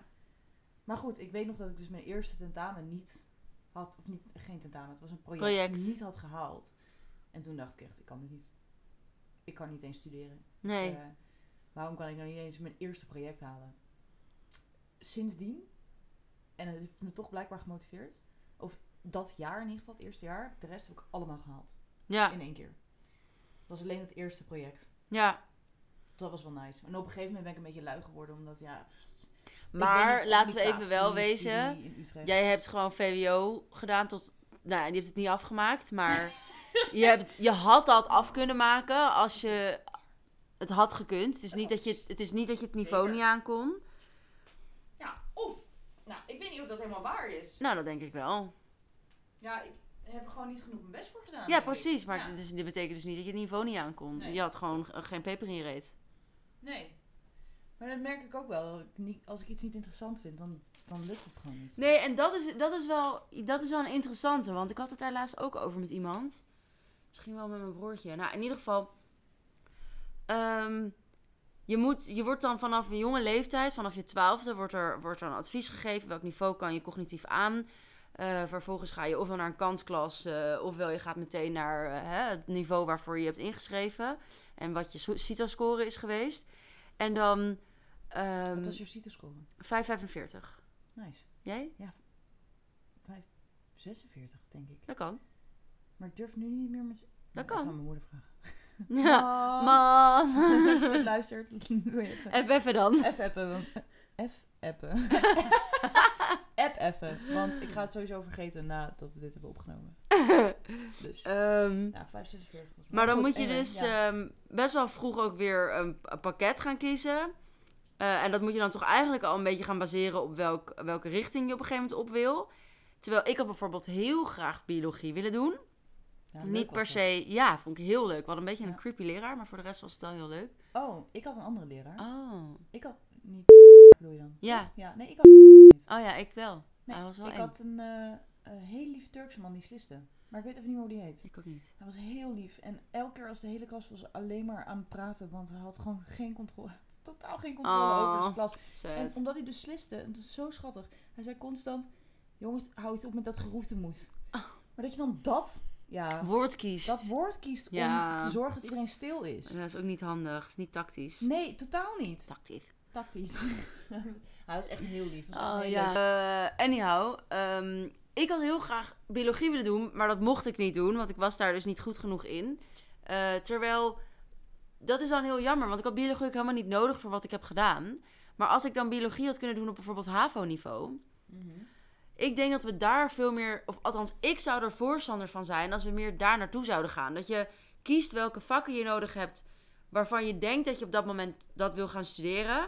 [SPEAKER 2] Maar goed, ik weet nog dat ik dus mijn eerste tentamen niet had. Of niet, geen tentamen, het was een project.
[SPEAKER 1] Project.
[SPEAKER 2] Niet had gehaald. En toen dacht ik echt, ik kan dit niet. Ik kan niet eens studeren.
[SPEAKER 1] Nee.
[SPEAKER 2] Eh, waarom kan ik nou niet eens mijn eerste project halen? Sindsdien, en het heeft me toch blijkbaar gemotiveerd. Of dat jaar in ieder geval, het eerste jaar. De rest heb ik allemaal gehaald.
[SPEAKER 1] Ja,
[SPEAKER 2] In één keer. Het was alleen het eerste project.
[SPEAKER 1] ja.
[SPEAKER 2] Dat was wel nice. En op een gegeven moment ben ik een beetje lui geworden. Omdat ja, Ik ben
[SPEAKER 1] Maar
[SPEAKER 2] in
[SPEAKER 1] laten we even wel
[SPEAKER 2] communicatiestudie
[SPEAKER 1] wezen.
[SPEAKER 2] in Utrecht.
[SPEAKER 1] Jij hebt gewoon VWO gedaan tot... Nou, ja, je hebt het niet afgemaakt, maar... je, hebt, je had dat af kunnen maken als je het had gekund. Het is niet dat je het, het, is niet dat je het niveau
[SPEAKER 2] Zeker.
[SPEAKER 1] niet aankon.
[SPEAKER 3] Ja, of. Nou, ik weet niet of dat helemaal waar is.
[SPEAKER 1] Nou, dat denk ik wel.
[SPEAKER 3] Ja, ik heb er gewoon niet genoeg mijn best voor gedaan.
[SPEAKER 1] Ja,
[SPEAKER 3] denk ik.
[SPEAKER 1] precies. Maar
[SPEAKER 3] Ja.
[SPEAKER 1] dit, is- dit betekent dus niet dat je het niveau niet aankon.
[SPEAKER 3] Nee.
[SPEAKER 1] Je had gewoon eh, geen peper in je reet.
[SPEAKER 2] Nee. Maar dat merk ik ook wel. dat ik niet- als ik iets niet interessant vind, dan, dan lukt het gewoon niet.
[SPEAKER 1] Nee, en dat is, dat, is wel, dat is wel een interessante. Want ik had het daar laatst ook over met iemand. Misschien wel met mijn broertje. Nou, in ieder geval. ehm, je, moet, je wordt dan vanaf een jonge leeftijd, vanaf je twaalfde, wordt er, wordt er een advies gegeven. Welk niveau kan je cognitief aan? Eh, vervolgens ga je ofwel naar een kansklas, eh, ofwel je gaat meteen naar eh, hè, het niveau waarvoor je hebt ingeschreven. En wat je so- CITO-score is geweest. En dan ehm
[SPEAKER 2] Wat was je CITO-score?
[SPEAKER 1] 5,45.
[SPEAKER 2] Nice.
[SPEAKER 1] Jij?
[SPEAKER 2] 46, denk ik.
[SPEAKER 1] Dat kan.
[SPEAKER 2] Maar ik durf nu niet meer met...
[SPEAKER 1] Dat
[SPEAKER 2] Nou,
[SPEAKER 1] kan.
[SPEAKER 2] Ik ga mijn moeder vragen.
[SPEAKER 1] Ja.
[SPEAKER 2] Mam,
[SPEAKER 1] Mam.
[SPEAKER 2] Als je dit luistert, doe even.
[SPEAKER 1] Even even dan.
[SPEAKER 2] F-appen. want- F-appen. App-appen. Want ik ga het sowieso vergeten nadat we dit hebben opgenomen. Dus...
[SPEAKER 1] Ehm,
[SPEAKER 2] Ja, 546 volgens mij.
[SPEAKER 1] maar dan
[SPEAKER 2] Goed,
[SPEAKER 1] moet je
[SPEAKER 2] anyway,
[SPEAKER 1] dus
[SPEAKER 2] ja.
[SPEAKER 1] ehm, best wel vroeg ook weer een, een pakket gaan kiezen. Eh, en dat moet je dan toch eigenlijk al een beetje gaan baseren op welk, welke richting je op een gegeven moment op wil. Terwijl ik had bijvoorbeeld heel graag biologie willen doen.
[SPEAKER 2] Ja, leuk
[SPEAKER 1] eh, Niet
[SPEAKER 2] was
[SPEAKER 1] per
[SPEAKER 2] dat.
[SPEAKER 1] se. Ja, vond ik heel leuk. We hadden een beetje
[SPEAKER 2] Ja.
[SPEAKER 1] een creepy leraar, maar voor de rest was het wel heel leuk.
[SPEAKER 2] Oh, ik had een andere leraar.
[SPEAKER 1] Oh.
[SPEAKER 2] Ik had niet. bedoel je dan?
[SPEAKER 1] Ja.
[SPEAKER 2] Ja, nee, ik had.
[SPEAKER 1] Oh ja, ik wel.
[SPEAKER 2] Nee,
[SPEAKER 1] Hij was wel
[SPEAKER 2] ik
[SPEAKER 1] eng.
[SPEAKER 2] had een eh, een heel lief Turkse man die sliste. Maar ik weet even niet meer hoe die heet.
[SPEAKER 1] Ik ook niet.
[SPEAKER 2] Hij was heel lief. En elke keer als de hele klas was alleen maar aan het praten. Want hij had gewoon geen controle. hij had Totaal geen controle
[SPEAKER 1] Oh.
[SPEAKER 2] over zijn klas. En
[SPEAKER 1] Zet.
[SPEAKER 2] omdat hij dus sliste, en het is zo schattig. Hij zei constant: Jongens, houd op met dat geroefde moed.
[SPEAKER 1] Ah.
[SPEAKER 2] Maar dat je dan dat, ja,
[SPEAKER 1] Woord kiest.
[SPEAKER 2] dat woord kiest
[SPEAKER 1] Ja.
[SPEAKER 2] om te zorgen dat iedereen stil is.
[SPEAKER 1] Dat is ook niet handig. Dat is niet tactisch.
[SPEAKER 2] Nee, totaal niet.
[SPEAKER 1] Tactisch.
[SPEAKER 2] Tactisch. hij was echt heel lief. Was echt
[SPEAKER 1] Oh
[SPEAKER 2] heel
[SPEAKER 1] ja.
[SPEAKER 2] leuk.
[SPEAKER 1] Eh, anyhow, ehm, ik had heel graag biologie willen doen, maar dat mocht ik niet doen, want ik was daar dus niet goed genoeg in. Eh, terwijl, dat is dan heel jammer, want ik had biologie ook helemaal niet nodig voor wat ik heb gedaan. Maar als ik dan biologie had kunnen doen op bijvoorbeeld HAVO-niveau,
[SPEAKER 2] Mhm.
[SPEAKER 1] ik denk dat we daar veel meer, of althans, ik zou er voorstander van zijn als we meer daar naartoe zouden gaan. Dat je kiest welke vakken je nodig hebt waarvan je denkt dat je op dat moment dat wil gaan studeren.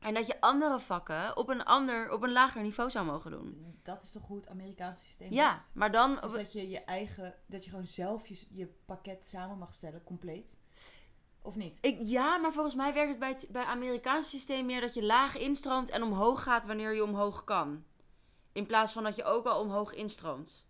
[SPEAKER 1] En dat je andere vakken op een, ander, op een lager niveau zou mogen doen.
[SPEAKER 2] Mhm. Dat is toch hoe het Amerikaanse systeem
[SPEAKER 1] Ja,
[SPEAKER 2] werkt?
[SPEAKER 1] maar dan.
[SPEAKER 2] Dus dat je je eigen, dat je gewoon zelf je, je pakket samen mag stellen, compleet. Of niet?
[SPEAKER 1] Ik, ja, maar volgens mij werkt het bij het bij het Amerikaanse systeem meer dat je laag instroomt en omhoog gaat wanneer je omhoog kan. In plaats van dat je ook al omhoog instroomt.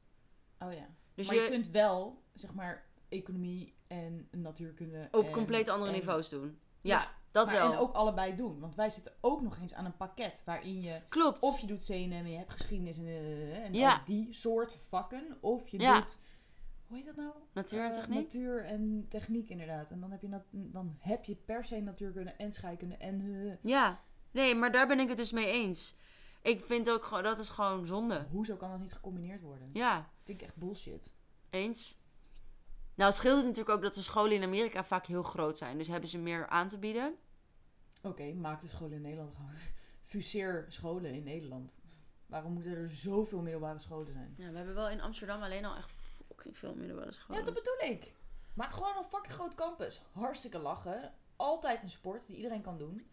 [SPEAKER 2] Oh ja.
[SPEAKER 1] Dus
[SPEAKER 2] maar
[SPEAKER 1] je,
[SPEAKER 2] je, kunt wel, zeg maar, economie en natuurkunde.
[SPEAKER 1] op
[SPEAKER 2] en-
[SPEAKER 1] compleet andere
[SPEAKER 2] en-
[SPEAKER 1] niveaus doen. Ja,
[SPEAKER 2] Ja,
[SPEAKER 1] dat
[SPEAKER 2] maar-
[SPEAKER 1] wel.
[SPEAKER 2] En ook allebei doen. Want wij zitten ook nog eens aan een pakket waarin je...
[SPEAKER 1] Klopt.
[SPEAKER 2] Of je doet CNM en je hebt geschiedenis en, eh, en
[SPEAKER 1] Ja.
[SPEAKER 2] al die soort vakken. Of je
[SPEAKER 1] Ja.
[SPEAKER 2] doet... Hoe heet dat nou?
[SPEAKER 1] Natuur en
[SPEAKER 2] Eh,
[SPEAKER 1] techniek.
[SPEAKER 2] natuur en techniek, inderdaad. En dan heb je, nat- dan heb je per se natuurkunde en scheikunde en... eh,
[SPEAKER 1] Ja, nee, maar daar ben ik het dus mee eens. Ik vind ook gewoon, dat is gewoon zonde.
[SPEAKER 2] eh, Hoezo kan dat niet gecombineerd worden?
[SPEAKER 1] Ja,
[SPEAKER 2] Vind ik echt bullshit.
[SPEAKER 1] eens. Nou, scheelt het natuurlijk ook dat de scholen in Amerika vaak heel groot zijn. Dus hebben ze meer aan te bieden.
[SPEAKER 2] Oké, maak de scholen in Nederland gewoon. Fuseer scholen in Nederland. Waarom moeten er zoveel middelbare scholen zijn?
[SPEAKER 1] Ja, we hebben wel in Amsterdam alleen al echt fucking veel middelbare scholen.
[SPEAKER 2] Ja, dat bedoel ik. Maak gewoon een fucking groot campus. Hartstikke lachen. Altijd een sport die iedereen kan doen.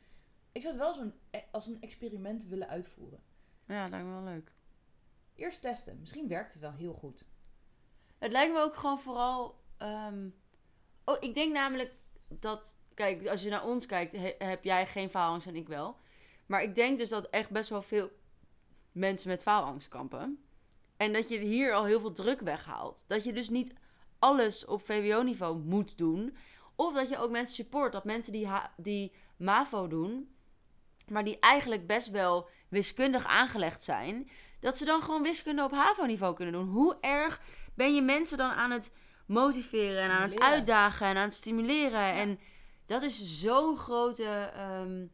[SPEAKER 2] Ik zou het wel zo'n, eh, als een experiment willen uitvoeren.
[SPEAKER 1] Ja, lijkt me wel leuk.
[SPEAKER 2] Eerst testen. Misschien werkt het wel heel goed.
[SPEAKER 1] Het lijkt me ook gewoon vooral ehm, Oh, ik denk namelijk dat... Kijk, als je naar ons kijkt, he- heb jij geen faalangst en ik wel. Maar ik denk dus dat echt best wel veel mensen met faalangst kampen. En dat je hier al heel veel druk weghaalt. Dat je dus niet alles op VWO-niveau moet doen. Of dat je ook mensen support. Dat mensen die, ha- die MAVO doen, maar die eigenlijk best wel wiskundig aangelegd zijn... dat ze dan gewoon wiskunde op HAVO-niveau kunnen doen. Hoe erg ben je mensen dan aan het motiveren en aan het
[SPEAKER 2] Stimuleren.
[SPEAKER 1] uitdagen en aan het stimuleren? En dat is zo'n grote... ehm,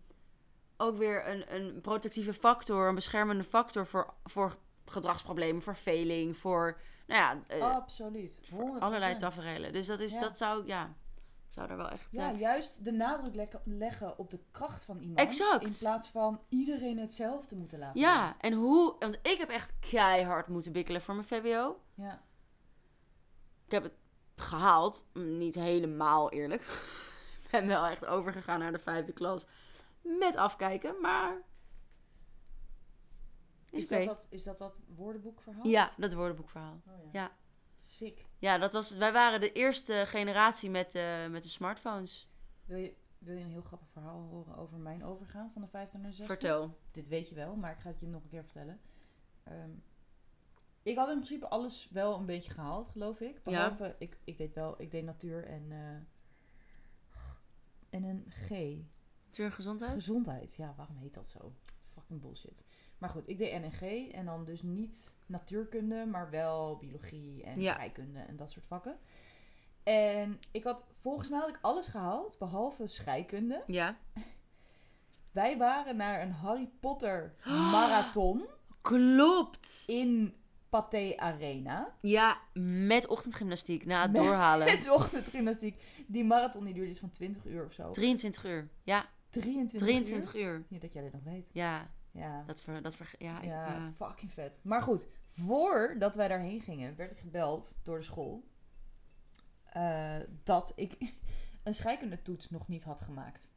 [SPEAKER 1] ook weer een, een protectieve factor, een beschermende factor voor, voor gedragsproblemen, verveling, voor nou ja, eh,
[SPEAKER 2] Absoluut. 100%.
[SPEAKER 1] allerlei tafereelen. Dus dat, is,
[SPEAKER 2] Oh, Ja.
[SPEAKER 1] dat zou, ja, zou daar wel echt...
[SPEAKER 2] Ja,
[SPEAKER 1] eh,
[SPEAKER 2] juist de nadruk lek- leggen op de kracht van iemand.
[SPEAKER 1] Exact.
[SPEAKER 2] In plaats van iedereen hetzelfde moeten laten
[SPEAKER 1] ja, en hoe... Want ik heb echt keihard moeten bikkelen voor mijn VWO.
[SPEAKER 2] doen. Ja.
[SPEAKER 1] Ik heb het gehaald, mm, niet helemaal eerlijk. Ik ben wel echt overgegaan naar de vijfde klas. Met afkijken, maar... Is,
[SPEAKER 2] Is,
[SPEAKER 1] oké.
[SPEAKER 2] dat, dat, is dat dat woordenboekverhaal?
[SPEAKER 1] Ja, dat woordenboekverhaal.
[SPEAKER 2] Oh,
[SPEAKER 1] Ja.
[SPEAKER 2] Sick.
[SPEAKER 1] Ja, dat was, wij waren de eerste generatie met, eh, met de smartphones.
[SPEAKER 2] Wil je, wil je een heel grappig verhaal horen over mijn overgaan van de 15 naar de 16?
[SPEAKER 1] Vertel.
[SPEAKER 2] Dit weet je wel, maar ik ga het je nog een keer vertellen. Ehm, ik had in principe alles wel een beetje gehaald, geloof ik. Behalve, ik, ik deed wel, ik deed natuur en, eh, en een G.
[SPEAKER 1] Natuur en gezondheid?
[SPEAKER 2] Gezondheid, ja, waarom heet dat zo? Fucking bullshit. Maar goed, ik deed NNG en dan dus niet natuurkunde, maar wel biologie en
[SPEAKER 1] Ja.
[SPEAKER 2] scheikunde en dat soort vakken. En ik had volgens mij had ik alles gehaald, behalve scheikunde.
[SPEAKER 1] Ja.
[SPEAKER 2] Wij waren naar een Harry Potter marathon
[SPEAKER 1] Klopt!
[SPEAKER 2] in Pathé Arena.
[SPEAKER 1] Ja, met ochtendgymnastiek na het
[SPEAKER 2] Met-
[SPEAKER 1] doorhalen.
[SPEAKER 2] Het is ochtendgymnastiek. Die marathon die duurde iets van 20 uur of zo.
[SPEAKER 1] 23 uur. Ja,
[SPEAKER 2] 23,
[SPEAKER 1] 23
[SPEAKER 2] uur.
[SPEAKER 1] uur.
[SPEAKER 2] Ja, dat jij dit nog weet.
[SPEAKER 1] Ja,
[SPEAKER 2] Ja.
[SPEAKER 1] dat ver... Dat ver ja, ik-
[SPEAKER 2] Ja,
[SPEAKER 1] ja.
[SPEAKER 2] fucking vet. Maar goed, voordat wij daarheen gingen, werd ik gebeld door de school eh, dat ik een scheikundetoets nog niet had gemaakt.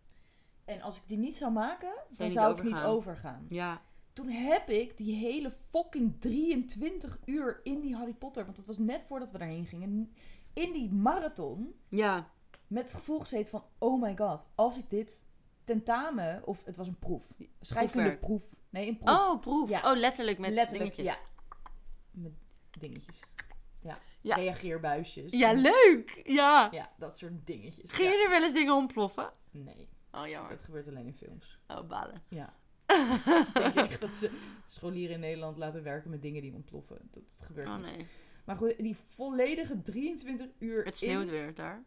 [SPEAKER 2] En als ik die niet zou maken, dan
[SPEAKER 1] niet
[SPEAKER 2] zou ik niet
[SPEAKER 1] overgaan.
[SPEAKER 2] overgaan.
[SPEAKER 1] Ja.
[SPEAKER 2] Toen heb ik die hele fucking 23 uur in die Harry Potter, want dat was net voordat we daarheen gingen, in die marathon
[SPEAKER 1] Ja.
[SPEAKER 2] met het gevoel gezeten van, oh my god, als ik dit tentamen, of het was een proef, scheikundeproef, nee een proef.
[SPEAKER 1] Oh, proef.
[SPEAKER 2] Ja.
[SPEAKER 1] Oh, letterlijk met
[SPEAKER 2] Letterlijk,
[SPEAKER 1] dingetjes.
[SPEAKER 2] Ja. Met dingetjes. Ja.
[SPEAKER 1] Ja.
[SPEAKER 2] Reageerbuisjes.
[SPEAKER 1] Ja, leuk! Ja.
[SPEAKER 2] Ja, dat soort dingetjes.
[SPEAKER 1] Ging je
[SPEAKER 2] Ja.
[SPEAKER 1] er wel eens dingen ontploffen?
[SPEAKER 2] Nee,
[SPEAKER 1] Oh, jammer.
[SPEAKER 2] dat gebeurt alleen in films.
[SPEAKER 1] Oh, balen.
[SPEAKER 2] Ja. Ik denk echt dat ze scholieren in Nederland laten werken met dingen die ontploffen. Dat gebeurt
[SPEAKER 1] Oh,
[SPEAKER 2] niet.
[SPEAKER 1] nee.
[SPEAKER 2] Maar goed, die volledige 23 uur
[SPEAKER 1] Het sneeuwt
[SPEAKER 2] in...
[SPEAKER 1] weer daar.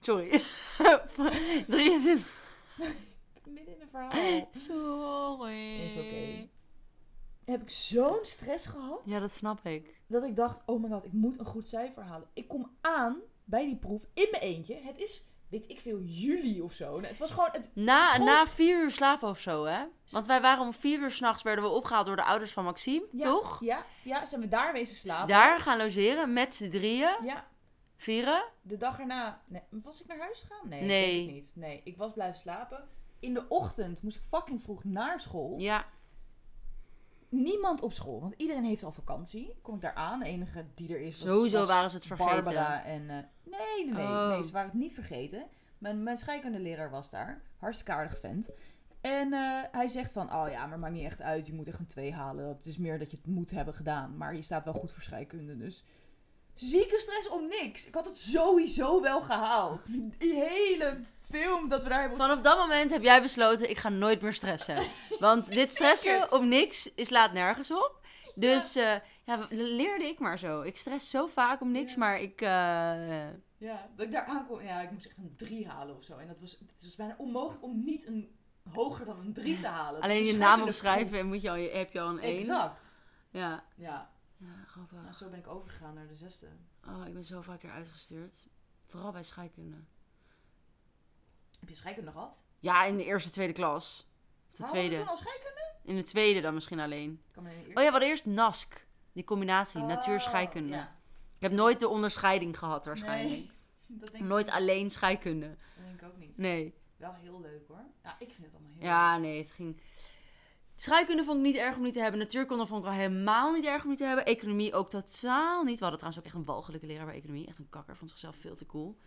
[SPEAKER 1] Sorry. 23.
[SPEAKER 2] Midden in een verhaal.
[SPEAKER 1] Sorry.
[SPEAKER 2] Is oké. Heb ik zo'n stress gehad,
[SPEAKER 1] Ja, dat snap ik.
[SPEAKER 2] dat ik dacht, oh my god, ik moet een goed cijfer halen. Ik kom aan bij die proef in mijn eentje. Het is, weet ik veel, juli of zo. Nou, Het was gewoon, het
[SPEAKER 1] Na,
[SPEAKER 2] School-
[SPEAKER 1] na vier uur slapen of zo, hè? Want wij waren om vier uur s'nachts werden we opgehaald door de ouders van Maxime,
[SPEAKER 2] Ja,
[SPEAKER 1] toch?
[SPEAKER 2] Ja, ja, zijn we daar wezen slapen.
[SPEAKER 1] Daar gaan logeren met z'n drieën,
[SPEAKER 2] Ja,
[SPEAKER 1] vieren.
[SPEAKER 2] de dag erna... Nee, was ik naar huis gegaan? Nee,
[SPEAKER 1] Nee.
[SPEAKER 2] Ik denk het niet. Nee, ik was blijven slapen. In de ochtend moest ik fucking vroeg naar school.
[SPEAKER 1] Ja,
[SPEAKER 2] Niemand op school, want iedereen heeft al vakantie. Kom ik daar aan, de enige die er is was-
[SPEAKER 1] Sowieso
[SPEAKER 2] was
[SPEAKER 1] waren ze het vergeten.
[SPEAKER 2] Barbara en... eh, nee, nee, nee,
[SPEAKER 1] Oh.
[SPEAKER 2] nee, ze waren het niet vergeten. Mijn, mijn scheikundeleraar was daar. Hartstikke aardig vent. En eh, hij zegt van, oh ja, maar maakt niet echt uit. Je moet echt een 2 halen. Het is meer dat je het moet hebben gedaan. Maar je staat wel goed voor scheikunde, dus... Zieke stress om niks. Ik had het sowieso wel gehaald. Die hele film dat we daar hebben...
[SPEAKER 1] vanaf dat moment heb jij besloten, ik ga nooit meer stressen. Want dit stressen
[SPEAKER 2] het.
[SPEAKER 1] om niks is laat nergens op. Dus ja. ja, w- leerde ik maar zo. Ik stress zo vaak om niks,
[SPEAKER 2] Ja.
[SPEAKER 1] maar ik... eh,
[SPEAKER 2] Ja, dat ik daar aankom. Ja, ik moest echt een 3 halen of zo. En dat was, het was bijna onmogelijk om niet een hoger dan een 3 te halen. Dus Dat
[SPEAKER 1] alleen
[SPEAKER 2] was
[SPEAKER 1] je
[SPEAKER 2] een
[SPEAKER 1] naam
[SPEAKER 2] scheikunde
[SPEAKER 1] opschrijven en moet je al, je- heb je al een
[SPEAKER 2] proef.
[SPEAKER 1] één.
[SPEAKER 2] Exact.
[SPEAKER 1] Ja.
[SPEAKER 2] Ja,
[SPEAKER 1] ja, grappig.
[SPEAKER 2] nou, zo ben ik overgegaan naar de zesde.
[SPEAKER 1] Oh, ik ben zo vaak eruit gestuurd. Vooral bij scheikunde.
[SPEAKER 2] Heb je scheikunde gehad?
[SPEAKER 1] Ja, in de eerste, tweede klas. Of de
[SPEAKER 2] Hadden we
[SPEAKER 1] tweede.
[SPEAKER 2] toen al scheikunde?
[SPEAKER 1] In de tweede dan misschien alleen.
[SPEAKER 2] Ik kan me in de
[SPEAKER 1] Oh ja, we hadden eerst NASC. Die combinatie,
[SPEAKER 2] Oh,
[SPEAKER 1] natuur-scheikunde.
[SPEAKER 2] ja.
[SPEAKER 1] Ik heb nooit de onderscheiding gehad waarschijnlijk.
[SPEAKER 2] Nee, dat denk ik
[SPEAKER 1] Nooit
[SPEAKER 2] niet.
[SPEAKER 1] alleen scheikunde.
[SPEAKER 2] Dat denk ik ook niet.
[SPEAKER 1] Nee.
[SPEAKER 2] Wel heel leuk hoor. Ja, ik vind het allemaal heel
[SPEAKER 1] Ja, nee, het ging... Scheikunde vond ik niet erg om niet te hebben. Natuurkunde vond ik al helemaal niet erg om niet te hebben. Economie ook totaal niet. We hadden trouwens ook echt een walgelijke leraar bij economie. Echt een kakker. Vond zichzelf veel te cool.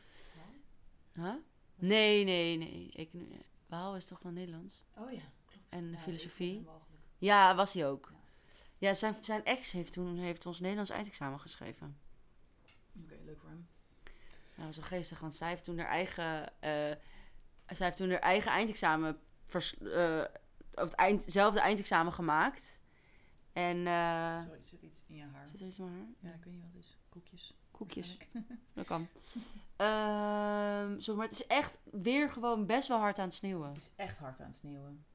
[SPEAKER 1] Huh? Nee, nee, nee. Economie. Waal is toch wel Nederlands?
[SPEAKER 2] Oh ja, klopt.
[SPEAKER 1] En
[SPEAKER 2] Ja,
[SPEAKER 1] filosofie.
[SPEAKER 2] ik vind het mogelijk.
[SPEAKER 1] Ja, was hij ook.
[SPEAKER 2] Ja.
[SPEAKER 1] Ja, zijn, zijn ex heeft toen heeft ons Nederlands eindexamen geschreven.
[SPEAKER 2] Oké, leuk voor hem.
[SPEAKER 1] Nou, dat was wel geestig, want zij heeft toen haar eigen, eh, zij heeft toen haar eigen eindexamen, vers, eh, of het eind, zelfde eindexamen gemaakt. En eh,
[SPEAKER 2] Sorry, er zit iets in je haar.
[SPEAKER 1] zit er iets in mijn haar?
[SPEAKER 2] Ja, ik weet niet wat het is. Koekjes.
[SPEAKER 1] Koekjes.
[SPEAKER 2] waarschijnlijk.
[SPEAKER 1] Dat kan. Ehm, sorry, maar het is echt weer gewoon best wel hard aan het sneeuwen.
[SPEAKER 2] Het is echt hard aan het sneeuwen.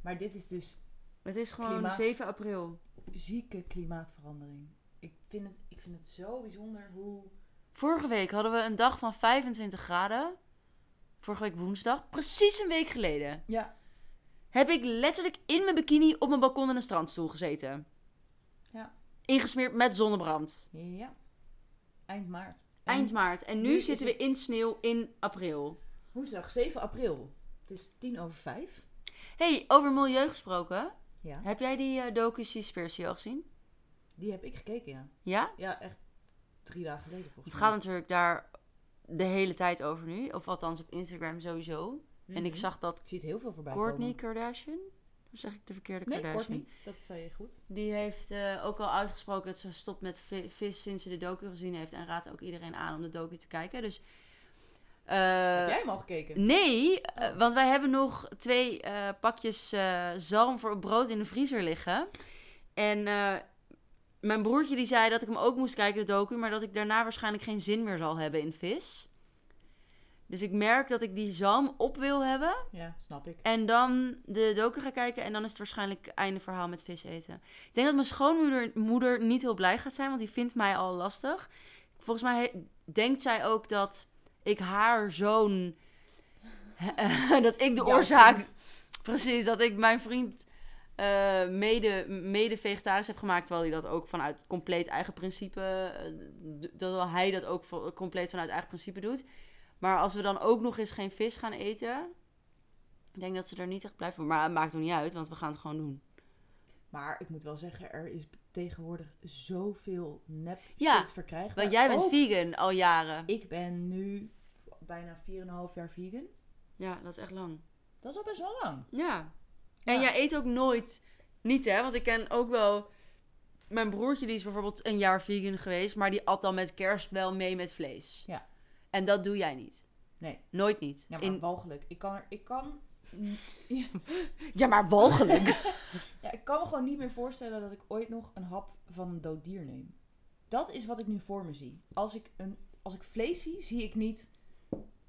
[SPEAKER 2] Maar dit is dus
[SPEAKER 1] Het is gewoon
[SPEAKER 2] Klimaat.
[SPEAKER 1] 7 april.
[SPEAKER 2] zieke klimaatverandering. Ik vind het, ik vind het zo bijzonder hoe...
[SPEAKER 1] Vorige week hadden we een dag van 25 graden. Vorige week woensdag, precies een week geleden.
[SPEAKER 2] Ja.
[SPEAKER 1] heb ik letterlijk in mijn bikini op mijn balkon in een strandstoel gezeten.
[SPEAKER 2] Ja.
[SPEAKER 1] Ingesmeerd met zonnebrand.
[SPEAKER 2] Ja. Eind maart.
[SPEAKER 1] Eind maart. En nu,
[SPEAKER 2] nu is
[SPEAKER 1] zitten we
[SPEAKER 2] het-
[SPEAKER 1] in sneeuw in april.
[SPEAKER 2] Woensdag 7 april. Het is tien over vijf.
[SPEAKER 1] hey, over milieu gesproken.
[SPEAKER 2] Ja.
[SPEAKER 1] Heb jij die eh docu Seaspiracy al gezien?
[SPEAKER 2] Die heb ik gekeken, ja.
[SPEAKER 1] Ja?
[SPEAKER 2] Ja, echt drie dagen geleden
[SPEAKER 1] Het
[SPEAKER 2] volgens mij.
[SPEAKER 1] gaat natuurlijk daar de hele tijd over nu. Of althans op Instagram sowieso. En ik zag dat
[SPEAKER 2] Mhm. Ik zie het heel veel voorbij
[SPEAKER 1] Kourtney
[SPEAKER 2] komen.
[SPEAKER 1] Kardashian... Of zeg ik de verkeerde
[SPEAKER 2] Nee,
[SPEAKER 1] Kardashian?
[SPEAKER 2] Courtney. Dat zei je goed.
[SPEAKER 1] Die heeft eh, ook al uitgesproken dat ze stopt met vi- vis sinds ze de docu gezien heeft. En raadt ook iedereen aan om de docu te kijken. Dus, eh,
[SPEAKER 2] heb jij hem al gekeken?
[SPEAKER 1] Nee, eh, want wij hebben nog twee eh, pakjes eh, zalm voor op brood in de vriezer liggen. En eh, mijn broertje die zei dat ik hem ook moest kijken, de docu. Maar dat ik daarna waarschijnlijk geen zin meer zal hebben in vis. Dus ik merk dat ik die zalm op wil hebben.
[SPEAKER 2] Ja, snap ik.
[SPEAKER 1] En dan de docu gaan kijken en dan is het waarschijnlijk einde verhaal met vis eten. Ik denk dat mijn schoonmoeder moeder niet heel blij gaat zijn, want die vindt mij al lastig. Volgens mij he- denkt zij ook dat ik haar zoon... dat ik de
[SPEAKER 2] Jouw
[SPEAKER 1] oorzaak...
[SPEAKER 2] vriend.
[SPEAKER 1] Precies, dat ik mijn vriend eh, mede, mede vegetarisch heb gemaakt. Terwijl hij dat ook vanuit compleet eigen principe. eh, d- dat hij dat ook vo- compleet vanuit eigen principe doet. Maar als we dan ook nog eens geen vis gaan eten. Ik denk dat ze er niet echt blij van. Maar het maakt nog niet uit, want we gaan het gewoon doen.
[SPEAKER 2] Maar ik moet wel zeggen, er is tegenwoordig zoveel nep
[SPEAKER 1] Ja,
[SPEAKER 2] shit verkrijgbaar.
[SPEAKER 1] Want jij bent
[SPEAKER 2] Ook-
[SPEAKER 1] vegan al jaren.
[SPEAKER 2] Ik ben nu bijna 4,5 jaar vegan.
[SPEAKER 1] Ja, dat is echt lang.
[SPEAKER 2] Dat is al best wel lang.
[SPEAKER 1] Ja. En
[SPEAKER 2] Ja.
[SPEAKER 1] jij eet ook nooit niet, hè? Want ik ken ook wel. Mijn broertje die is bijvoorbeeld een jaar vegan geweest, maar die at dan met kerst wel mee met vlees.
[SPEAKER 2] Ja.
[SPEAKER 1] En dat doe jij niet.
[SPEAKER 2] Nee.
[SPEAKER 1] Nooit niet.
[SPEAKER 2] Ja, maar
[SPEAKER 1] In-
[SPEAKER 2] walgelijk. Ik kan, er, ik, kan,
[SPEAKER 1] ja, maar walgelijk.
[SPEAKER 2] ja, ik kan me gewoon niet meer voorstellen dat ik ooit nog een hap van een dood dier neem. Dat is wat ik nu voor me zie. Als ik, een, als ik vlees zie, zie ik niet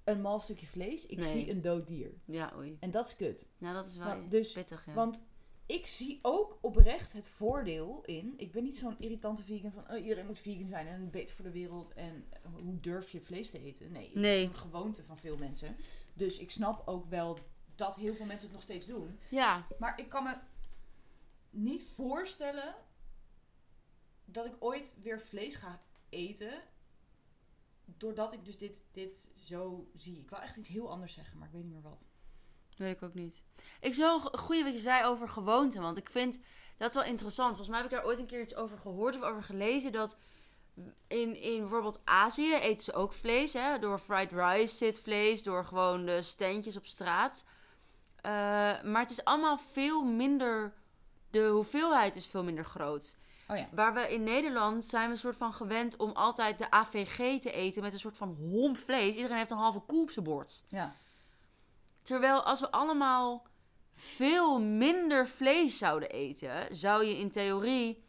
[SPEAKER 2] een mal stukje vlees. Ik
[SPEAKER 1] Nee.
[SPEAKER 2] zie een dood dier.
[SPEAKER 1] ja, oei.
[SPEAKER 2] En dat is kut.
[SPEAKER 1] Nou, dat is wel
[SPEAKER 2] Nou, dus-
[SPEAKER 1] pittig, ja.
[SPEAKER 2] Want ik zie ook oprecht het voordeel in. Ik ben niet zo'n irritante vegan van oh, iedereen moet vegan zijn en beter voor de wereld. En hoe durf je vlees te eten? Nee, het
[SPEAKER 1] Nee.
[SPEAKER 2] is een gewoonte van veel mensen. Dus ik snap ook wel dat heel veel mensen het nog steeds doen.
[SPEAKER 1] Ja,
[SPEAKER 2] Maar ik kan me niet voorstellen dat ik ooit weer vlees ga eten. Doordat ik dus dit, dit zo zie. Ik wil echt iets heel anders zeggen, maar ik weet niet meer wat.
[SPEAKER 1] weet ik ook niet. Ik zou een goede wat je zei over gewoonten, want ik vind dat wel interessant. Volgens mij heb ik daar ooit een keer iets over gehoord of over gelezen dat in, in bijvoorbeeld Azië eten ze ook vlees, hè? Door fried rice zit vlees, door gewoon de steentjes op straat. Eh, maar het is allemaal veel minder. De hoeveelheid is veel minder groot.
[SPEAKER 2] Oh ja.
[SPEAKER 1] Waar we in Nederland zijn we een soort van gewend om altijd de AVG te eten met een soort van homp vlees. Iedereen heeft een halve koe op zijn bord.
[SPEAKER 2] Ja.
[SPEAKER 1] Terwijl als we allemaal veel minder vlees zouden eten, zou je in theorie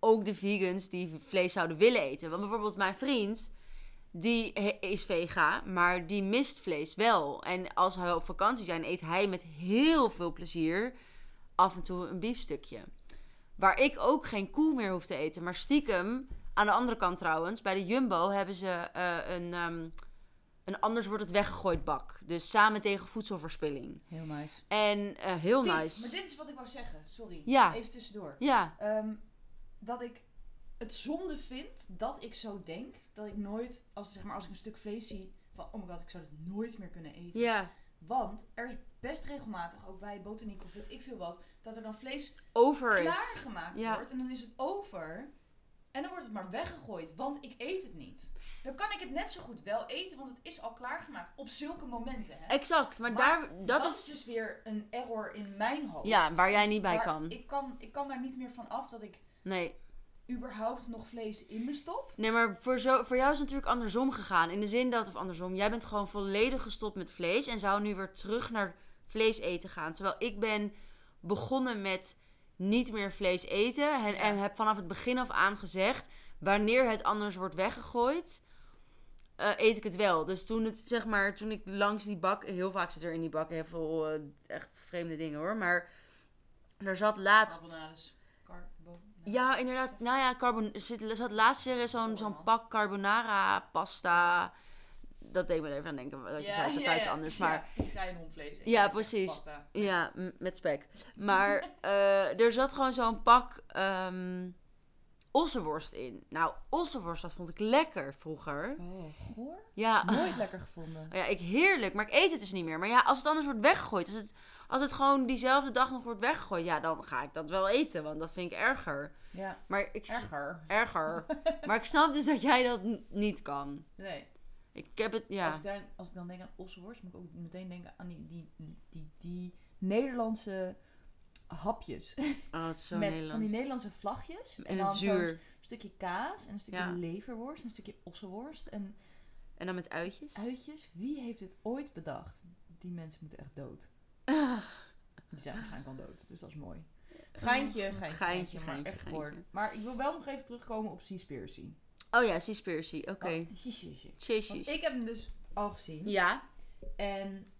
[SPEAKER 1] ook de vegans die vlees zouden willen eten. Want bijvoorbeeld mijn vriend, die he- is vega, maar die mist vlees wel. En als hij op vakantie zijn, eet hij met heel veel plezier af en toe een biefstukje. Waar ik ook geen koe meer hoef te eten. Maar stiekem, aan de andere kant trouwens, bij de Jumbo hebben ze eh, een, ehm, een anders wordt het weggegooid bak. Dus samen tegen voedselverspilling.
[SPEAKER 2] Heel nice.
[SPEAKER 1] En eh, heel
[SPEAKER 2] Dit,
[SPEAKER 1] nice.
[SPEAKER 2] Maar dit is wat ik wou zeggen, sorry.
[SPEAKER 1] Ja.
[SPEAKER 2] Even tussendoor.
[SPEAKER 1] Ja,
[SPEAKER 2] Ehm, dat ik het zonde vind dat ik zo denk. Dat ik nooit, als, zeg maar, als ik een stuk vlees zie, van oh my god, ik zou dit nooit meer kunnen eten.
[SPEAKER 1] ja,
[SPEAKER 2] Want er is best regelmatig, ook bij botaniek of weet ik veel wat, dat er dan vlees
[SPEAKER 1] Over is.
[SPEAKER 2] klaargemaakt
[SPEAKER 1] Ja.
[SPEAKER 2] wordt. En dan is het over. En dan wordt het maar weggegooid, want ik eet het niet. Dan kan ik het net zo goed wel eten, want het is al klaargemaakt. Op zulke momenten. Hè.
[SPEAKER 1] Exact, maar,
[SPEAKER 2] Maar
[SPEAKER 1] daar, dat,
[SPEAKER 2] dat
[SPEAKER 1] is...
[SPEAKER 2] is dus weer een error in mijn hoofd.
[SPEAKER 1] Ja, waar jij niet bij
[SPEAKER 2] Waar
[SPEAKER 1] kan.
[SPEAKER 2] Ik, kan. ik kan daar niet meer van af dat ik
[SPEAKER 1] Nee.
[SPEAKER 2] überhaupt nog vlees in me stop.
[SPEAKER 1] Nee, maar voor, zo, voor jou is het natuurlijk andersom gegaan. In de zin dat, of andersom, jij bent gewoon volledig gestopt met vlees en zou nu weer terug naar vlees eten gaan. Terwijl ik ben begonnen met niet meer vlees eten en, en heb vanaf het begin af aan gezegd, wanneer het anders wordt weggegooid, eh, eet ik het wel. Dus toen, het, zeg maar, toen ik langs die bak, heel vaak zit er in die bak heel veel eh, echt vreemde dingen hoor, maar er zat laatst...
[SPEAKER 2] Carbonades. Carbo.
[SPEAKER 1] Ja, inderdaad. Nou ja, carbon, zit, zat laatst weer eens
[SPEAKER 2] Oh.
[SPEAKER 1] zo'n zo'n pak carbonara pasta. Dat deed me er even aan denken. Dat je zei dat iets anders. Maar
[SPEAKER 2] Ja, ik zei een homvlees.
[SPEAKER 1] Ja, precies. ja, m- met spek. Maar eh, er zat gewoon zo'n pak ehm ossenworst in. Nou, ossenworst, dat vond ik lekker vroeger.
[SPEAKER 2] Oh, goor.
[SPEAKER 1] Ja.
[SPEAKER 2] Nooit lekker gevonden.
[SPEAKER 1] Ja, ik heerlijk, maar ik eet het dus niet meer. Maar ja, als het anders wordt weggegooid, als het, als het gewoon diezelfde dag nog wordt weggegooid, ja, dan ga ik dat wel eten, want dat vind ik erger.
[SPEAKER 2] Ja,
[SPEAKER 1] Maar ik,
[SPEAKER 2] erger.
[SPEAKER 1] erger. maar ik snap dus dat jij dat n- niet kan.
[SPEAKER 2] Nee.
[SPEAKER 1] Ik heb het,
[SPEAKER 2] Als,
[SPEAKER 1] ja.
[SPEAKER 2] ik daar, als ik dan denk aan ossenworst, moet ik ook meteen denken aan die, die, die, die, die Nederlandse hapjes.
[SPEAKER 1] Oh, het is zo
[SPEAKER 2] Met van die
[SPEAKER 1] Nederlands.
[SPEAKER 2] Nederlandse vlagjes.
[SPEAKER 1] En
[SPEAKER 2] dan
[SPEAKER 1] het
[SPEAKER 2] zo'n
[SPEAKER 1] zuur.
[SPEAKER 2] stukje kaas en een stukje
[SPEAKER 1] Ja.
[SPEAKER 2] leverworst en een stukje ossenworst en
[SPEAKER 1] En dan met uitjes.
[SPEAKER 2] uitjes. Wie heeft dit ooit bedacht? Die mensen moeten echt dood.
[SPEAKER 1] Ah.
[SPEAKER 2] Die zijn waarschijnlijk al dood, dus dat is mooi. Geintje, geintje,
[SPEAKER 1] Geintje,
[SPEAKER 2] geintje, maar
[SPEAKER 1] geintje,
[SPEAKER 2] echt
[SPEAKER 1] geintje.
[SPEAKER 2] voor. Maar ik wil wel nog even terugkomen op Seaspiracy.
[SPEAKER 1] Oh ja, Seaspiracy. Oké.
[SPEAKER 2] Oh, sheesh, sheesh, sheesh. Want
[SPEAKER 1] Cheesjes.
[SPEAKER 2] ik heb hem dus al gezien.
[SPEAKER 1] Ja.
[SPEAKER 2] En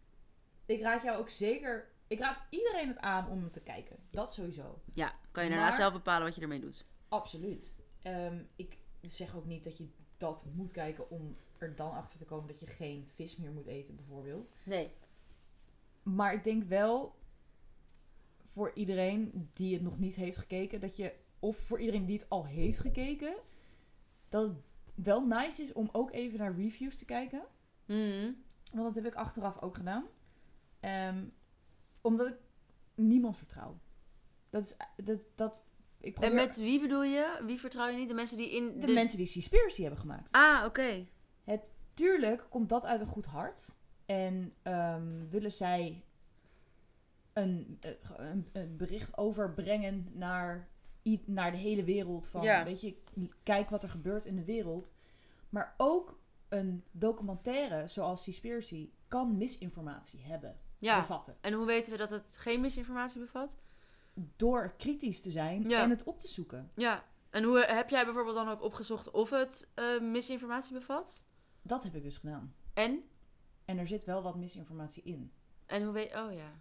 [SPEAKER 2] ik raad jou ook zeker... Ik raad iedereen het aan om hem te kijken. Dat sowieso.
[SPEAKER 1] Ja. Kan je daarna
[SPEAKER 2] Maar-
[SPEAKER 1] zelf bepalen wat je ermee doet.
[SPEAKER 2] Absoluut. Ehm, ik zeg ook niet dat je dat moet kijken om er dan achter te komen dat je geen vis meer moet eten, bijvoorbeeld.
[SPEAKER 1] Nee.
[SPEAKER 2] Maar ik denk wel voor iedereen die het nog niet heeft gekeken, dat je, of voor iedereen die het al heeft gekeken, dat het wel nice is om ook even naar reviews te kijken.
[SPEAKER 1] Hmm.
[SPEAKER 2] Want dat heb ik achteraf ook gedaan. Ehm, omdat ik niemand vertrouw. Dat is, dat, dat, ik probeer
[SPEAKER 1] En met wie bedoel je? Wie vertrouw je niet? De mensen die in
[SPEAKER 2] de, mensen die Seaspiracy hebben gemaakt.
[SPEAKER 1] Ah, oké.
[SPEAKER 2] Tuurlijk komt dat uit een goed hart. En ehm, willen zij een, eh, ge- een, een bericht overbrengen naar, i- naar de hele wereld. Van,
[SPEAKER 1] Ja.
[SPEAKER 2] weet je, kijk wat er gebeurt in de wereld. Maar ook een documentaire zoals Seaspiracy kan misinformatie hebben,
[SPEAKER 1] Ja.
[SPEAKER 2] bevatten.
[SPEAKER 1] En hoe weten we dat het geen misinformatie bevat?
[SPEAKER 2] Door kritisch te zijn
[SPEAKER 1] Ja.
[SPEAKER 2] en het op te zoeken.
[SPEAKER 1] Ja. En hoe eh, heb jij bijvoorbeeld dan ook opgezocht of het eh, misinformatie bevat?
[SPEAKER 2] Dat heb ik dus gedaan.
[SPEAKER 1] En?
[SPEAKER 2] En er zit wel wat misinformatie in.
[SPEAKER 1] En hoe weet... Oh ja.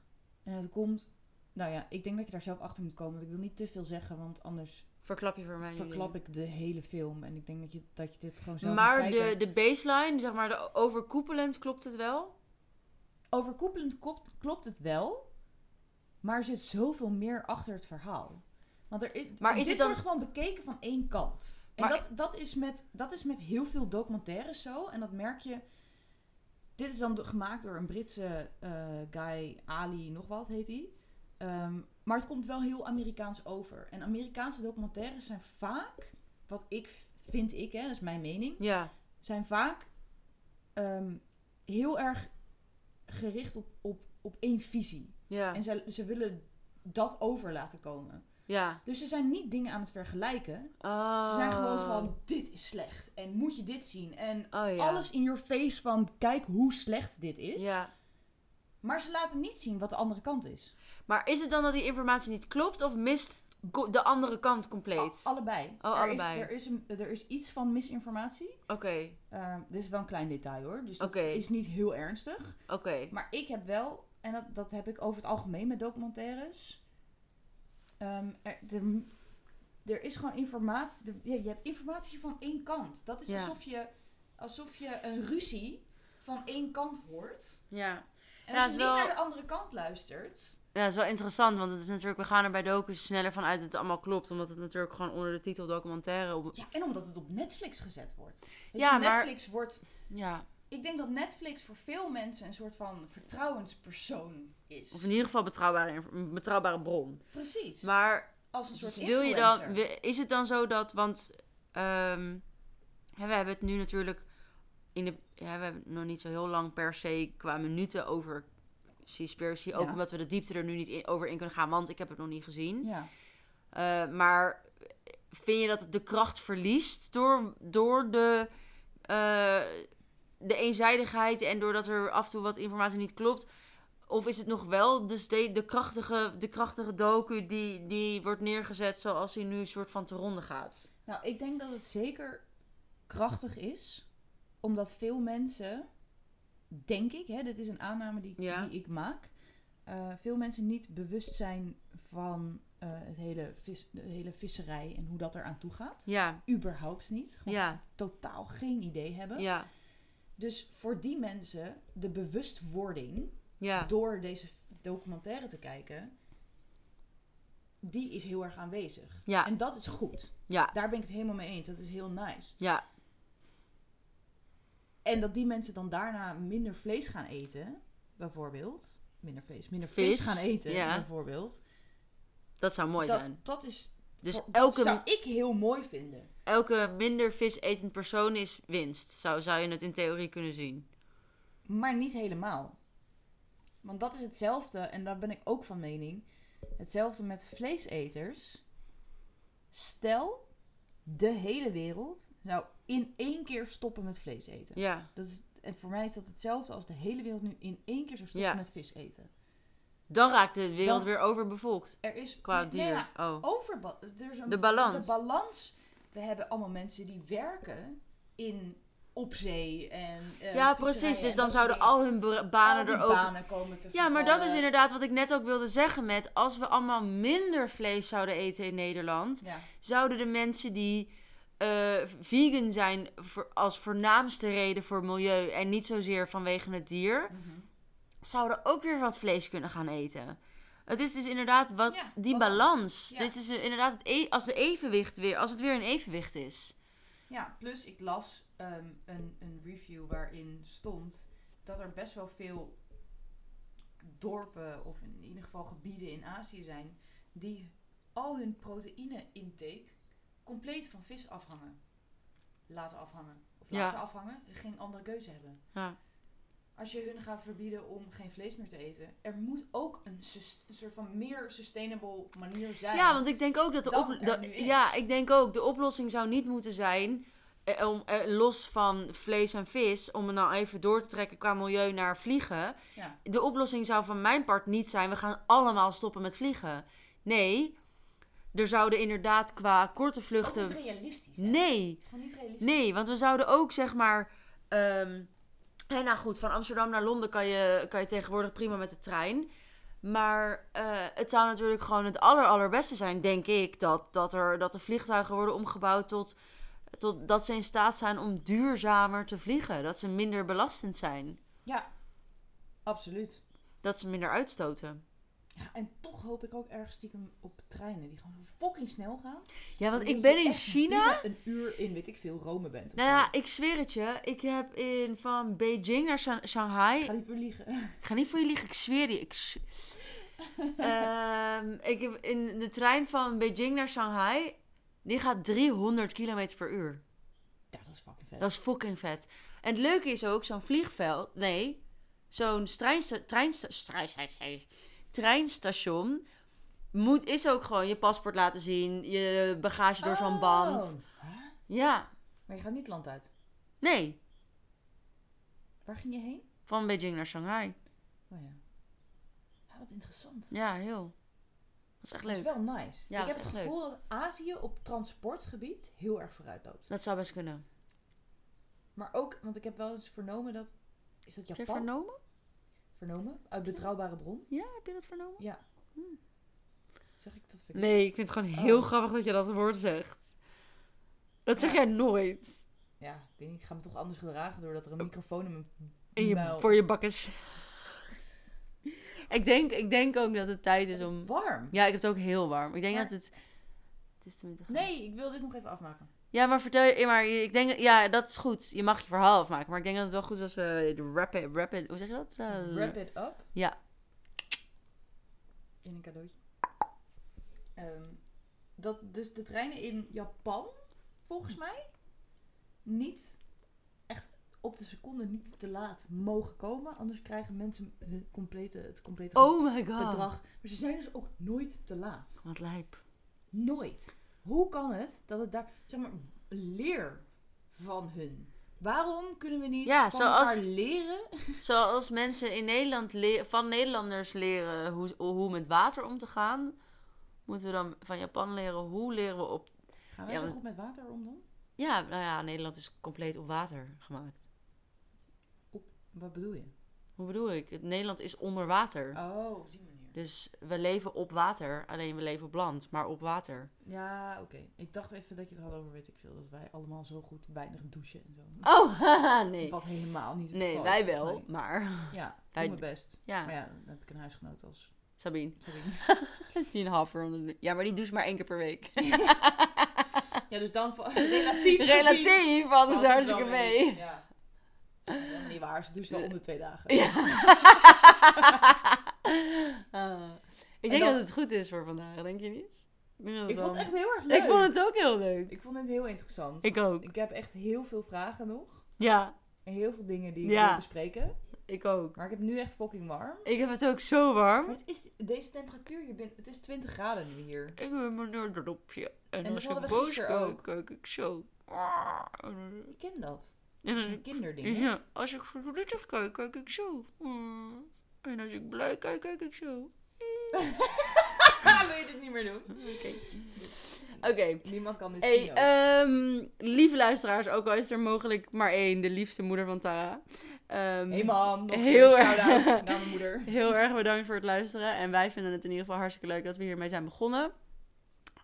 [SPEAKER 2] En het komt... Nou ja, ik denk dat je daar zelf achter moet komen. Want ik wil niet te veel zeggen, want anders
[SPEAKER 1] Verklap je voor mij nu dingen.
[SPEAKER 2] verklap ik de hele film. En ik denk dat je, dat je dit gewoon zelf
[SPEAKER 1] maar
[SPEAKER 2] moet kijken.
[SPEAKER 1] de, de baseline, zeg maar, de overkoepelend klopt het wel.
[SPEAKER 2] Overkoepelend klopt, klopt het wel. Maar er zit zoveel meer achter het verhaal. Want er is,
[SPEAKER 1] Maar is
[SPEAKER 2] dit
[SPEAKER 1] het dan-
[SPEAKER 2] wordt gewoon bekeken van één kant. En
[SPEAKER 1] Maar-
[SPEAKER 2] dat, dat, is met, dat is met heel veel documentaires zo. En dat merk je... Dit is dan do- gemaakt door een Britse eh, guy, Ali, nog wat heet hij. Ehm, maar het komt wel heel Amerikaans over. En Amerikaanse documentaires zijn vaak, wat ik v- vind ik, hè, dat is mijn mening,
[SPEAKER 1] Ja.
[SPEAKER 2] zijn vaak ehm, heel erg gericht op, op, op één visie.
[SPEAKER 1] Ja.
[SPEAKER 2] En ze, ze willen dat over laten komen.
[SPEAKER 1] Ja.
[SPEAKER 2] Dus ze zijn niet dingen aan het vergelijken.
[SPEAKER 1] Oh.
[SPEAKER 2] Ze zijn gewoon van, dit is slecht. En moet je dit zien. En
[SPEAKER 1] Oh ja.
[SPEAKER 2] alles in your face van, kijk hoe slecht dit is.
[SPEAKER 1] Ja.
[SPEAKER 2] Maar ze laten niet zien wat de andere kant is.
[SPEAKER 1] Maar is het dan dat die informatie niet klopt of mist co- de andere kant compleet?
[SPEAKER 2] A- allebei.
[SPEAKER 1] Oh,
[SPEAKER 2] er
[SPEAKER 1] allebei.
[SPEAKER 2] Is, er, is een, er is iets van misinformatie.
[SPEAKER 1] Oké.
[SPEAKER 2] Ehm, dit is wel een klein detail hoor. Dus dat
[SPEAKER 1] Oké.
[SPEAKER 2] is niet heel ernstig.
[SPEAKER 1] Oké.
[SPEAKER 2] Maar ik heb wel, en dat, dat heb ik over het algemeen met documentaires. ehm, er, er, er is gewoon informatie. er- ja, je hebt informatie van één kant. Dat is
[SPEAKER 1] Ja.
[SPEAKER 2] alsof, je, alsof je een ruzie van één kant hoort.
[SPEAKER 1] Ja.
[SPEAKER 2] En
[SPEAKER 1] Ja,
[SPEAKER 2] als je
[SPEAKER 1] is
[SPEAKER 2] niet
[SPEAKER 1] wel-
[SPEAKER 2] naar de andere kant luistert.
[SPEAKER 1] Ja, dat is wel interessant, want het is natuurlijk, we gaan er bij docus sneller van uit dat het allemaal klopt, omdat het natuurlijk gewoon onder de titel documentaire op.
[SPEAKER 2] Ja, en omdat het op Netflix gezet wordt. Weet
[SPEAKER 1] Ja,
[SPEAKER 2] je,
[SPEAKER 1] maar-
[SPEAKER 2] Netflix wordt
[SPEAKER 1] Ja.
[SPEAKER 2] ik denk dat Netflix voor veel mensen een soort van vertrouwenspersoon is.
[SPEAKER 1] Of in ieder geval betrouwbare, inf- een betrouwbare bron.
[SPEAKER 2] Precies.
[SPEAKER 1] Maar
[SPEAKER 2] als een soort
[SPEAKER 1] Dus wil je
[SPEAKER 2] influencer.
[SPEAKER 1] dan, wi- is het dan zo dat, want ehm, hè, we hebben het nu natuurlijk in de, ja, we hebben het nog niet zo heel lang per se qua minuten over Seaspiracy. Ook
[SPEAKER 2] Ja.
[SPEAKER 1] omdat we de diepte er nu niet in, over in kunnen gaan, want ik heb het nog niet gezien.
[SPEAKER 2] Ja.
[SPEAKER 1] Eh, maar vind je dat het de kracht verliest door, door de, eh, de eenzijdigheid en doordat er af en toe wat informatie niet klopt? Of is het nog wel de, ste- de, krachtige, de krachtige docu die, die wordt neergezet zoals hij nu een soort van te ronde gaat?
[SPEAKER 2] Nou, ik denk dat het zeker krachtig is. Omdat veel mensen, denk ik, hè, dit is een aanname die,
[SPEAKER 1] Ja.
[SPEAKER 2] die ik maak. eh, veel mensen niet bewust zijn van eh, het hele vis, de hele visserij en hoe dat eraan toe gaat.
[SPEAKER 1] Ja,
[SPEAKER 2] Überhaupt niet. Gewoon
[SPEAKER 1] ja,
[SPEAKER 2] totaal geen idee hebben.
[SPEAKER 1] ja,
[SPEAKER 2] Dus voor die mensen, de bewustwording
[SPEAKER 1] ja.
[SPEAKER 2] door deze documentaire te kijken, die is heel erg aanwezig.
[SPEAKER 1] Ja,
[SPEAKER 2] En dat is goed.
[SPEAKER 1] ja,
[SPEAKER 2] Daar ben ik het helemaal mee eens. Dat is heel nice.
[SPEAKER 1] ja,
[SPEAKER 2] En dat die mensen dan daarna minder vlees gaan eten, bijvoorbeeld. Minder vlees, minder
[SPEAKER 1] Vis,
[SPEAKER 2] vis, gaan eten,
[SPEAKER 1] ja.
[SPEAKER 2] bijvoorbeeld.
[SPEAKER 1] dat zou mooi
[SPEAKER 2] dat,
[SPEAKER 1] zijn.
[SPEAKER 2] dat is.
[SPEAKER 1] Dus
[SPEAKER 2] dat zou
[SPEAKER 1] elke,
[SPEAKER 2] ik heel mooi vinden.
[SPEAKER 1] elke minder vis etend persoon is winst. Zou, zou je het in theorie kunnen zien?
[SPEAKER 2] Maar niet helemaal. Want dat is hetzelfde, en daar ben ik ook van mening. Hetzelfde met vleeseters. Stel, de hele wereld zou in één keer stoppen met vlees eten.
[SPEAKER 1] Ja,
[SPEAKER 2] Dat is, en voor mij is dat hetzelfde als de hele wereld nu in één keer zou stoppen
[SPEAKER 1] Ja.
[SPEAKER 2] met vis eten.
[SPEAKER 1] dan raakt de wereld
[SPEAKER 2] Dan-
[SPEAKER 1] weer overbevolkt.
[SPEAKER 2] Er is
[SPEAKER 1] Qua
[SPEAKER 2] nee,
[SPEAKER 1] dier.
[SPEAKER 2] nou ja,
[SPEAKER 1] Oh.
[SPEAKER 2] over er is een,
[SPEAKER 1] De balans.
[SPEAKER 2] De balans. We hebben allemaal mensen die werken in op zee en eh, visserijen
[SPEAKER 1] ja, precies. Dus
[SPEAKER 2] en
[SPEAKER 1] dan
[SPEAKER 2] dat
[SPEAKER 1] zouden
[SPEAKER 2] soort dingen.
[SPEAKER 1] al hun bra-
[SPEAKER 2] Al
[SPEAKER 1] banen
[SPEAKER 2] die
[SPEAKER 1] er ook.
[SPEAKER 2] banen komen te
[SPEAKER 1] Ja, maar dat is
[SPEAKER 2] vervallen.
[SPEAKER 1] inderdaad wat ik net ook wilde zeggen met als we allemaal minder vlees zouden eten in Nederland,
[SPEAKER 2] Ja.
[SPEAKER 1] zouden de mensen die eh, vegan zijn voor- als voornaamste reden voor milieu en niet zozeer vanwege het dier,
[SPEAKER 2] Mhm.
[SPEAKER 1] zouden ook weer wat vlees kunnen gaan eten. Het is dus inderdaad wat,
[SPEAKER 2] Ja,
[SPEAKER 1] die
[SPEAKER 2] balans.
[SPEAKER 1] balans.
[SPEAKER 2] Ja.
[SPEAKER 1] Dit is eh, inderdaad het e- als de evenwicht weer, als het weer een evenwicht is.
[SPEAKER 2] Ja, plus ik las ehm, een, een review waarin stond dat er best wel veel dorpen of in ieder geval gebieden in Azië zijn die al hun proteïne-intake compleet van vis afhangen. Laten afhangen. Of
[SPEAKER 1] Ja.
[SPEAKER 2] laten afhangen, geen andere keuze hebben.
[SPEAKER 1] Ja.
[SPEAKER 2] Als je hun gaat verbieden om geen vlees meer te eten, er moet ook een, sus- een soort van meer sustainable manier zijn.
[SPEAKER 1] Ja, want ik denk ook dat de
[SPEAKER 2] dan
[SPEAKER 1] op-
[SPEAKER 2] er
[SPEAKER 1] dat-
[SPEAKER 2] nu is.
[SPEAKER 1] ja, ik denk ook de oplossing zou niet moeten zijn eh, om eh, los van vlees en vis om het nou even door te trekken qua milieu naar vliegen.
[SPEAKER 2] Ja.
[SPEAKER 1] De oplossing zou van mijn part niet zijn we gaan allemaal stoppen met vliegen. Nee, er zouden inderdaad qua korte
[SPEAKER 2] Ook niet
[SPEAKER 1] vluchten
[SPEAKER 2] realistisch. hè?
[SPEAKER 1] Nee.
[SPEAKER 2] Het is gewoon niet realistisch.
[SPEAKER 1] Nee, want we zouden ook zeg maar ehm, hè, nou goed, van Amsterdam naar Londen kan je, kan je tegenwoordig prima met de trein. Maar eh, het zou natuurlijk gewoon het aller, allerbeste zijn, denk ik, dat, dat, er, dat de vliegtuigen worden omgebouwd tot, tot dat ze in staat zijn om duurzamer te vliegen. Dat ze minder belastend zijn.
[SPEAKER 2] Ja, absoluut.
[SPEAKER 1] Dat ze minder uitstoten.
[SPEAKER 2] Ja, en toch hoop ik ook erg stiekem op treinen die gewoon zo fucking snel gaan.
[SPEAKER 1] Ja, want
[SPEAKER 2] Zodat
[SPEAKER 1] ik ben
[SPEAKER 2] je
[SPEAKER 1] in
[SPEAKER 2] echt
[SPEAKER 1] China.
[SPEAKER 2] binnen een uur in, weet ik veel, Rome bent. of
[SPEAKER 1] Nou
[SPEAKER 2] zo.
[SPEAKER 1] ja, ik zweer het je. Ik heb in, van Beijing naar Shan- Shanghai
[SPEAKER 2] Ik ga niet verliegen.
[SPEAKER 1] Ik ga niet voor je liegen, ik zweer je. Ik, z- Ehm, ik heb in de trein van Beijing naar Shanghai. Die gaat 300 km per uur.
[SPEAKER 2] Ja, dat is fucking vet.
[SPEAKER 1] Dat is fucking vet. En het leuke is ook, zo'n vliegveld. Nee, zo'n treinsta, treinsta, streinsta- treinstation. Moet, is ook gewoon je paspoort laten zien. Je bagage door zo'n band.
[SPEAKER 2] Oh. Huh?
[SPEAKER 1] Ja,
[SPEAKER 2] Maar je gaat niet land uit.
[SPEAKER 1] nee.
[SPEAKER 2] Waar ging je heen?
[SPEAKER 1] Van Beijing naar Shanghai.
[SPEAKER 2] Oh ja. Ja, wat interessant.
[SPEAKER 1] Ja, heel. Dat is echt
[SPEAKER 2] Dat is
[SPEAKER 1] leuk.
[SPEAKER 2] wel nice.
[SPEAKER 1] Ja,
[SPEAKER 2] ik
[SPEAKER 1] dat
[SPEAKER 2] heb
[SPEAKER 1] is echt
[SPEAKER 2] het gevoel dat Azië op transportgebied heel erg vooruit loopt.
[SPEAKER 1] Dat zou best kunnen.
[SPEAKER 2] Maar ook, want ik heb wel eens vernomen dat... Is dat
[SPEAKER 1] Heb je
[SPEAKER 2] Japan?
[SPEAKER 1] vernomen?
[SPEAKER 2] vernomen? Uit betrouwbare bron?
[SPEAKER 1] Ja, heb je dat vernomen?
[SPEAKER 2] Ja. Zeg ik dat verkeerd?
[SPEAKER 1] Hmm. Nee, ik vind het gewoon heel
[SPEAKER 2] Oh.
[SPEAKER 1] grappig dat je dat woord zegt. Dat zeg
[SPEAKER 2] Ja.
[SPEAKER 1] jij nooit.
[SPEAKER 2] Ja, ik weet niet. Ik ga me toch anders gedragen doordat er een microfoon in mijn
[SPEAKER 1] In je,
[SPEAKER 2] muil-
[SPEAKER 1] Voor je bakkes. ik, denk, ik denk ook dat het tijd is
[SPEAKER 2] Het
[SPEAKER 1] om...
[SPEAKER 2] warm.
[SPEAKER 1] Ja, ik heb het ook heel warm. Ik denk
[SPEAKER 2] Maar-
[SPEAKER 1] dat het... Het is 20
[SPEAKER 2] Nee, ik wil dit nog even afmaken.
[SPEAKER 1] graden. Ja, maar vertel je... Maar ik denk... Ja, dat is goed. Je mag je verhaal afmaken. Maar ik denk dat het wel goed is als we... de Rapid... Rapid... Hoe zeg je dat? Eh,
[SPEAKER 2] Wrap it up.
[SPEAKER 1] Ja.
[SPEAKER 2] In een cadeautje. Ehm, dat dus de treinen in Japan, volgens mij, niet echt op de seconde niet te laat mogen komen. Anders krijgen mensen hun complete, het complete
[SPEAKER 1] Oh my god.
[SPEAKER 2] bedrag. Maar ze zijn dus ook nooit te laat.
[SPEAKER 1] Wat lijp.
[SPEAKER 2] Nooit. Hoe kan het dat het daar, zeg maar, leer van hun. Waarom kunnen we niet
[SPEAKER 1] Ja,
[SPEAKER 2] van
[SPEAKER 1] zoals-
[SPEAKER 2] elkaar leren?
[SPEAKER 1] Zoals mensen in Nederland le- van Nederlanders leren hoe, hoe met water om te gaan... moeten we dan van Japan leren hoe leren we op...
[SPEAKER 2] Gaan wij
[SPEAKER 1] Ja,
[SPEAKER 2] zo
[SPEAKER 1] maar-
[SPEAKER 2] goed met water om dan?
[SPEAKER 1] Ja, nou ja, Nederland is compleet op water gemaakt.
[SPEAKER 2] Wat bedoel je?
[SPEAKER 1] Hoe bedoel ik? Het Nederland is onder water.
[SPEAKER 2] Oh, op die manier.
[SPEAKER 1] Dus we leven op water, alleen we leven op land, maar op water.
[SPEAKER 2] Ja, oké. Ik dacht even dat je het had over weet ik veel. Dat wij allemaal zo goed weinig douchen en zo.
[SPEAKER 1] Oh, haha, nee.
[SPEAKER 2] Wat helemaal niet het
[SPEAKER 1] Nee,
[SPEAKER 2] geval
[SPEAKER 1] wij
[SPEAKER 2] is,
[SPEAKER 1] wel,
[SPEAKER 2] volgens
[SPEAKER 1] maar...
[SPEAKER 2] mij. Ja, wij
[SPEAKER 1] Wij-
[SPEAKER 2] doen mijn best. Maar
[SPEAKER 1] Ja,
[SPEAKER 2] ja, dan heb ik een huisgenoot als...
[SPEAKER 1] Sabine.
[SPEAKER 2] Sorry.
[SPEAKER 1] Die een half onder de- Ja, maar die doucht maar één keer per week.
[SPEAKER 2] ja, dus dan van- relatief gezien
[SPEAKER 1] Relatief
[SPEAKER 2] valt
[SPEAKER 1] valt
[SPEAKER 2] het
[SPEAKER 1] het
[SPEAKER 2] wel
[SPEAKER 1] hartstikke mee.
[SPEAKER 2] Ja. Dat is helemaal niet waar. Ze douchen wel om de twee dagen.
[SPEAKER 1] Ja. Ah,
[SPEAKER 2] En
[SPEAKER 1] ik denk
[SPEAKER 2] dan-
[SPEAKER 1] dat het goed is voor vandaag, denk je niet? denk dat het
[SPEAKER 2] Ik vond
[SPEAKER 1] wel-
[SPEAKER 2] het echt heel erg leuk.
[SPEAKER 1] Ik vond het ook heel leuk.
[SPEAKER 2] Ik vond het heel interessant.
[SPEAKER 1] Ik ook.
[SPEAKER 2] Ik heb echt heel veel vragen nog.
[SPEAKER 1] Ja,
[SPEAKER 2] En heel veel dingen die ik
[SPEAKER 1] Ja.
[SPEAKER 2] wil bespreken.
[SPEAKER 1] ik ook.
[SPEAKER 2] Maar ik heb nu echt fucking warm.
[SPEAKER 1] Ik heb het ook zo warm.
[SPEAKER 2] Maar het is deze temperatuur, je bent, het is 20 graden nu hier.
[SPEAKER 1] Ik heb mijn nerdropje. En,
[SPEAKER 2] dat
[SPEAKER 1] als ik
[SPEAKER 2] hadden we
[SPEAKER 1] boos
[SPEAKER 2] gisteren
[SPEAKER 1] ben,
[SPEAKER 2] ook.
[SPEAKER 1] kijk ik zo. En
[SPEAKER 2] Ik ken dat.
[SPEAKER 1] dan-
[SPEAKER 2] Zo'n kinderding. hè?
[SPEAKER 1] ja, als ik verdrietig kijk, kijk ik zo. En als ik blij kijk, kijk ik zo.
[SPEAKER 2] Wil je dit niet meer doen?
[SPEAKER 1] Oké. Oké.
[SPEAKER 2] Niemand kan dit
[SPEAKER 1] Hey,
[SPEAKER 2] zien. ook.
[SPEAKER 1] ehm, lieve luisteraars, ook al is er mogelijk maar één, de liefste moeder van Tara. Ehm,
[SPEAKER 2] hey mam, nog
[SPEAKER 1] heel
[SPEAKER 2] heel een shout-out
[SPEAKER 1] erg.
[SPEAKER 2] naar mijn moeder.
[SPEAKER 1] Heel erg bedankt voor het luisteren. En wij vinden het in ieder geval hartstikke leuk dat we hiermee zijn begonnen.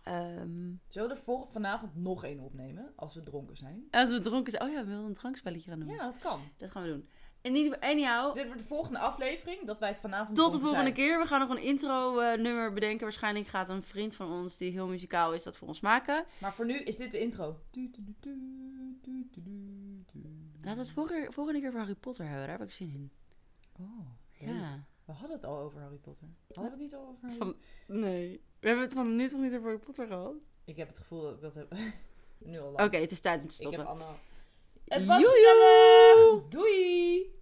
[SPEAKER 1] Ehm,
[SPEAKER 2] Zullen we er vol- vanavond nog één opnemen, als we dronken zijn?
[SPEAKER 1] als we dronken zijn. Oh ja, we wilden een drankspelletje gaan doen.
[SPEAKER 2] Ja, dat kan.
[SPEAKER 1] Dat gaan we doen. In ieder geval, anyhow,
[SPEAKER 2] Dus dit wordt de volgende aflevering, dat wij vanavond
[SPEAKER 1] Oh. Tot de
[SPEAKER 2] dronken
[SPEAKER 1] volgende
[SPEAKER 2] zijn.
[SPEAKER 1] keer. We gaan nog een intro-nummer bedenken. Waarschijnlijk gaat een vriend van ons, die heel muzikaal is, dat voor ons maken.
[SPEAKER 2] Maar voor nu is dit de intro.
[SPEAKER 1] Laten we het vorige, volgende keer voor Harry Potter hebben. Daar heb ik zin in.
[SPEAKER 2] Oh, leuk.
[SPEAKER 1] Ja.
[SPEAKER 2] We hadden het al over Harry Potter. Hadden we het niet al over Harry
[SPEAKER 1] Oh. Van- Nee. We hebben het van nu toch niet over Harry Potter gehad? Oké,
[SPEAKER 2] Ik heb het gevoel dat ik dat heb nu al lang.
[SPEAKER 1] het is tijd om te
[SPEAKER 2] Ik heb
[SPEAKER 1] stoppen.
[SPEAKER 2] allemaal...
[SPEAKER 1] Joejoe!
[SPEAKER 2] Doei!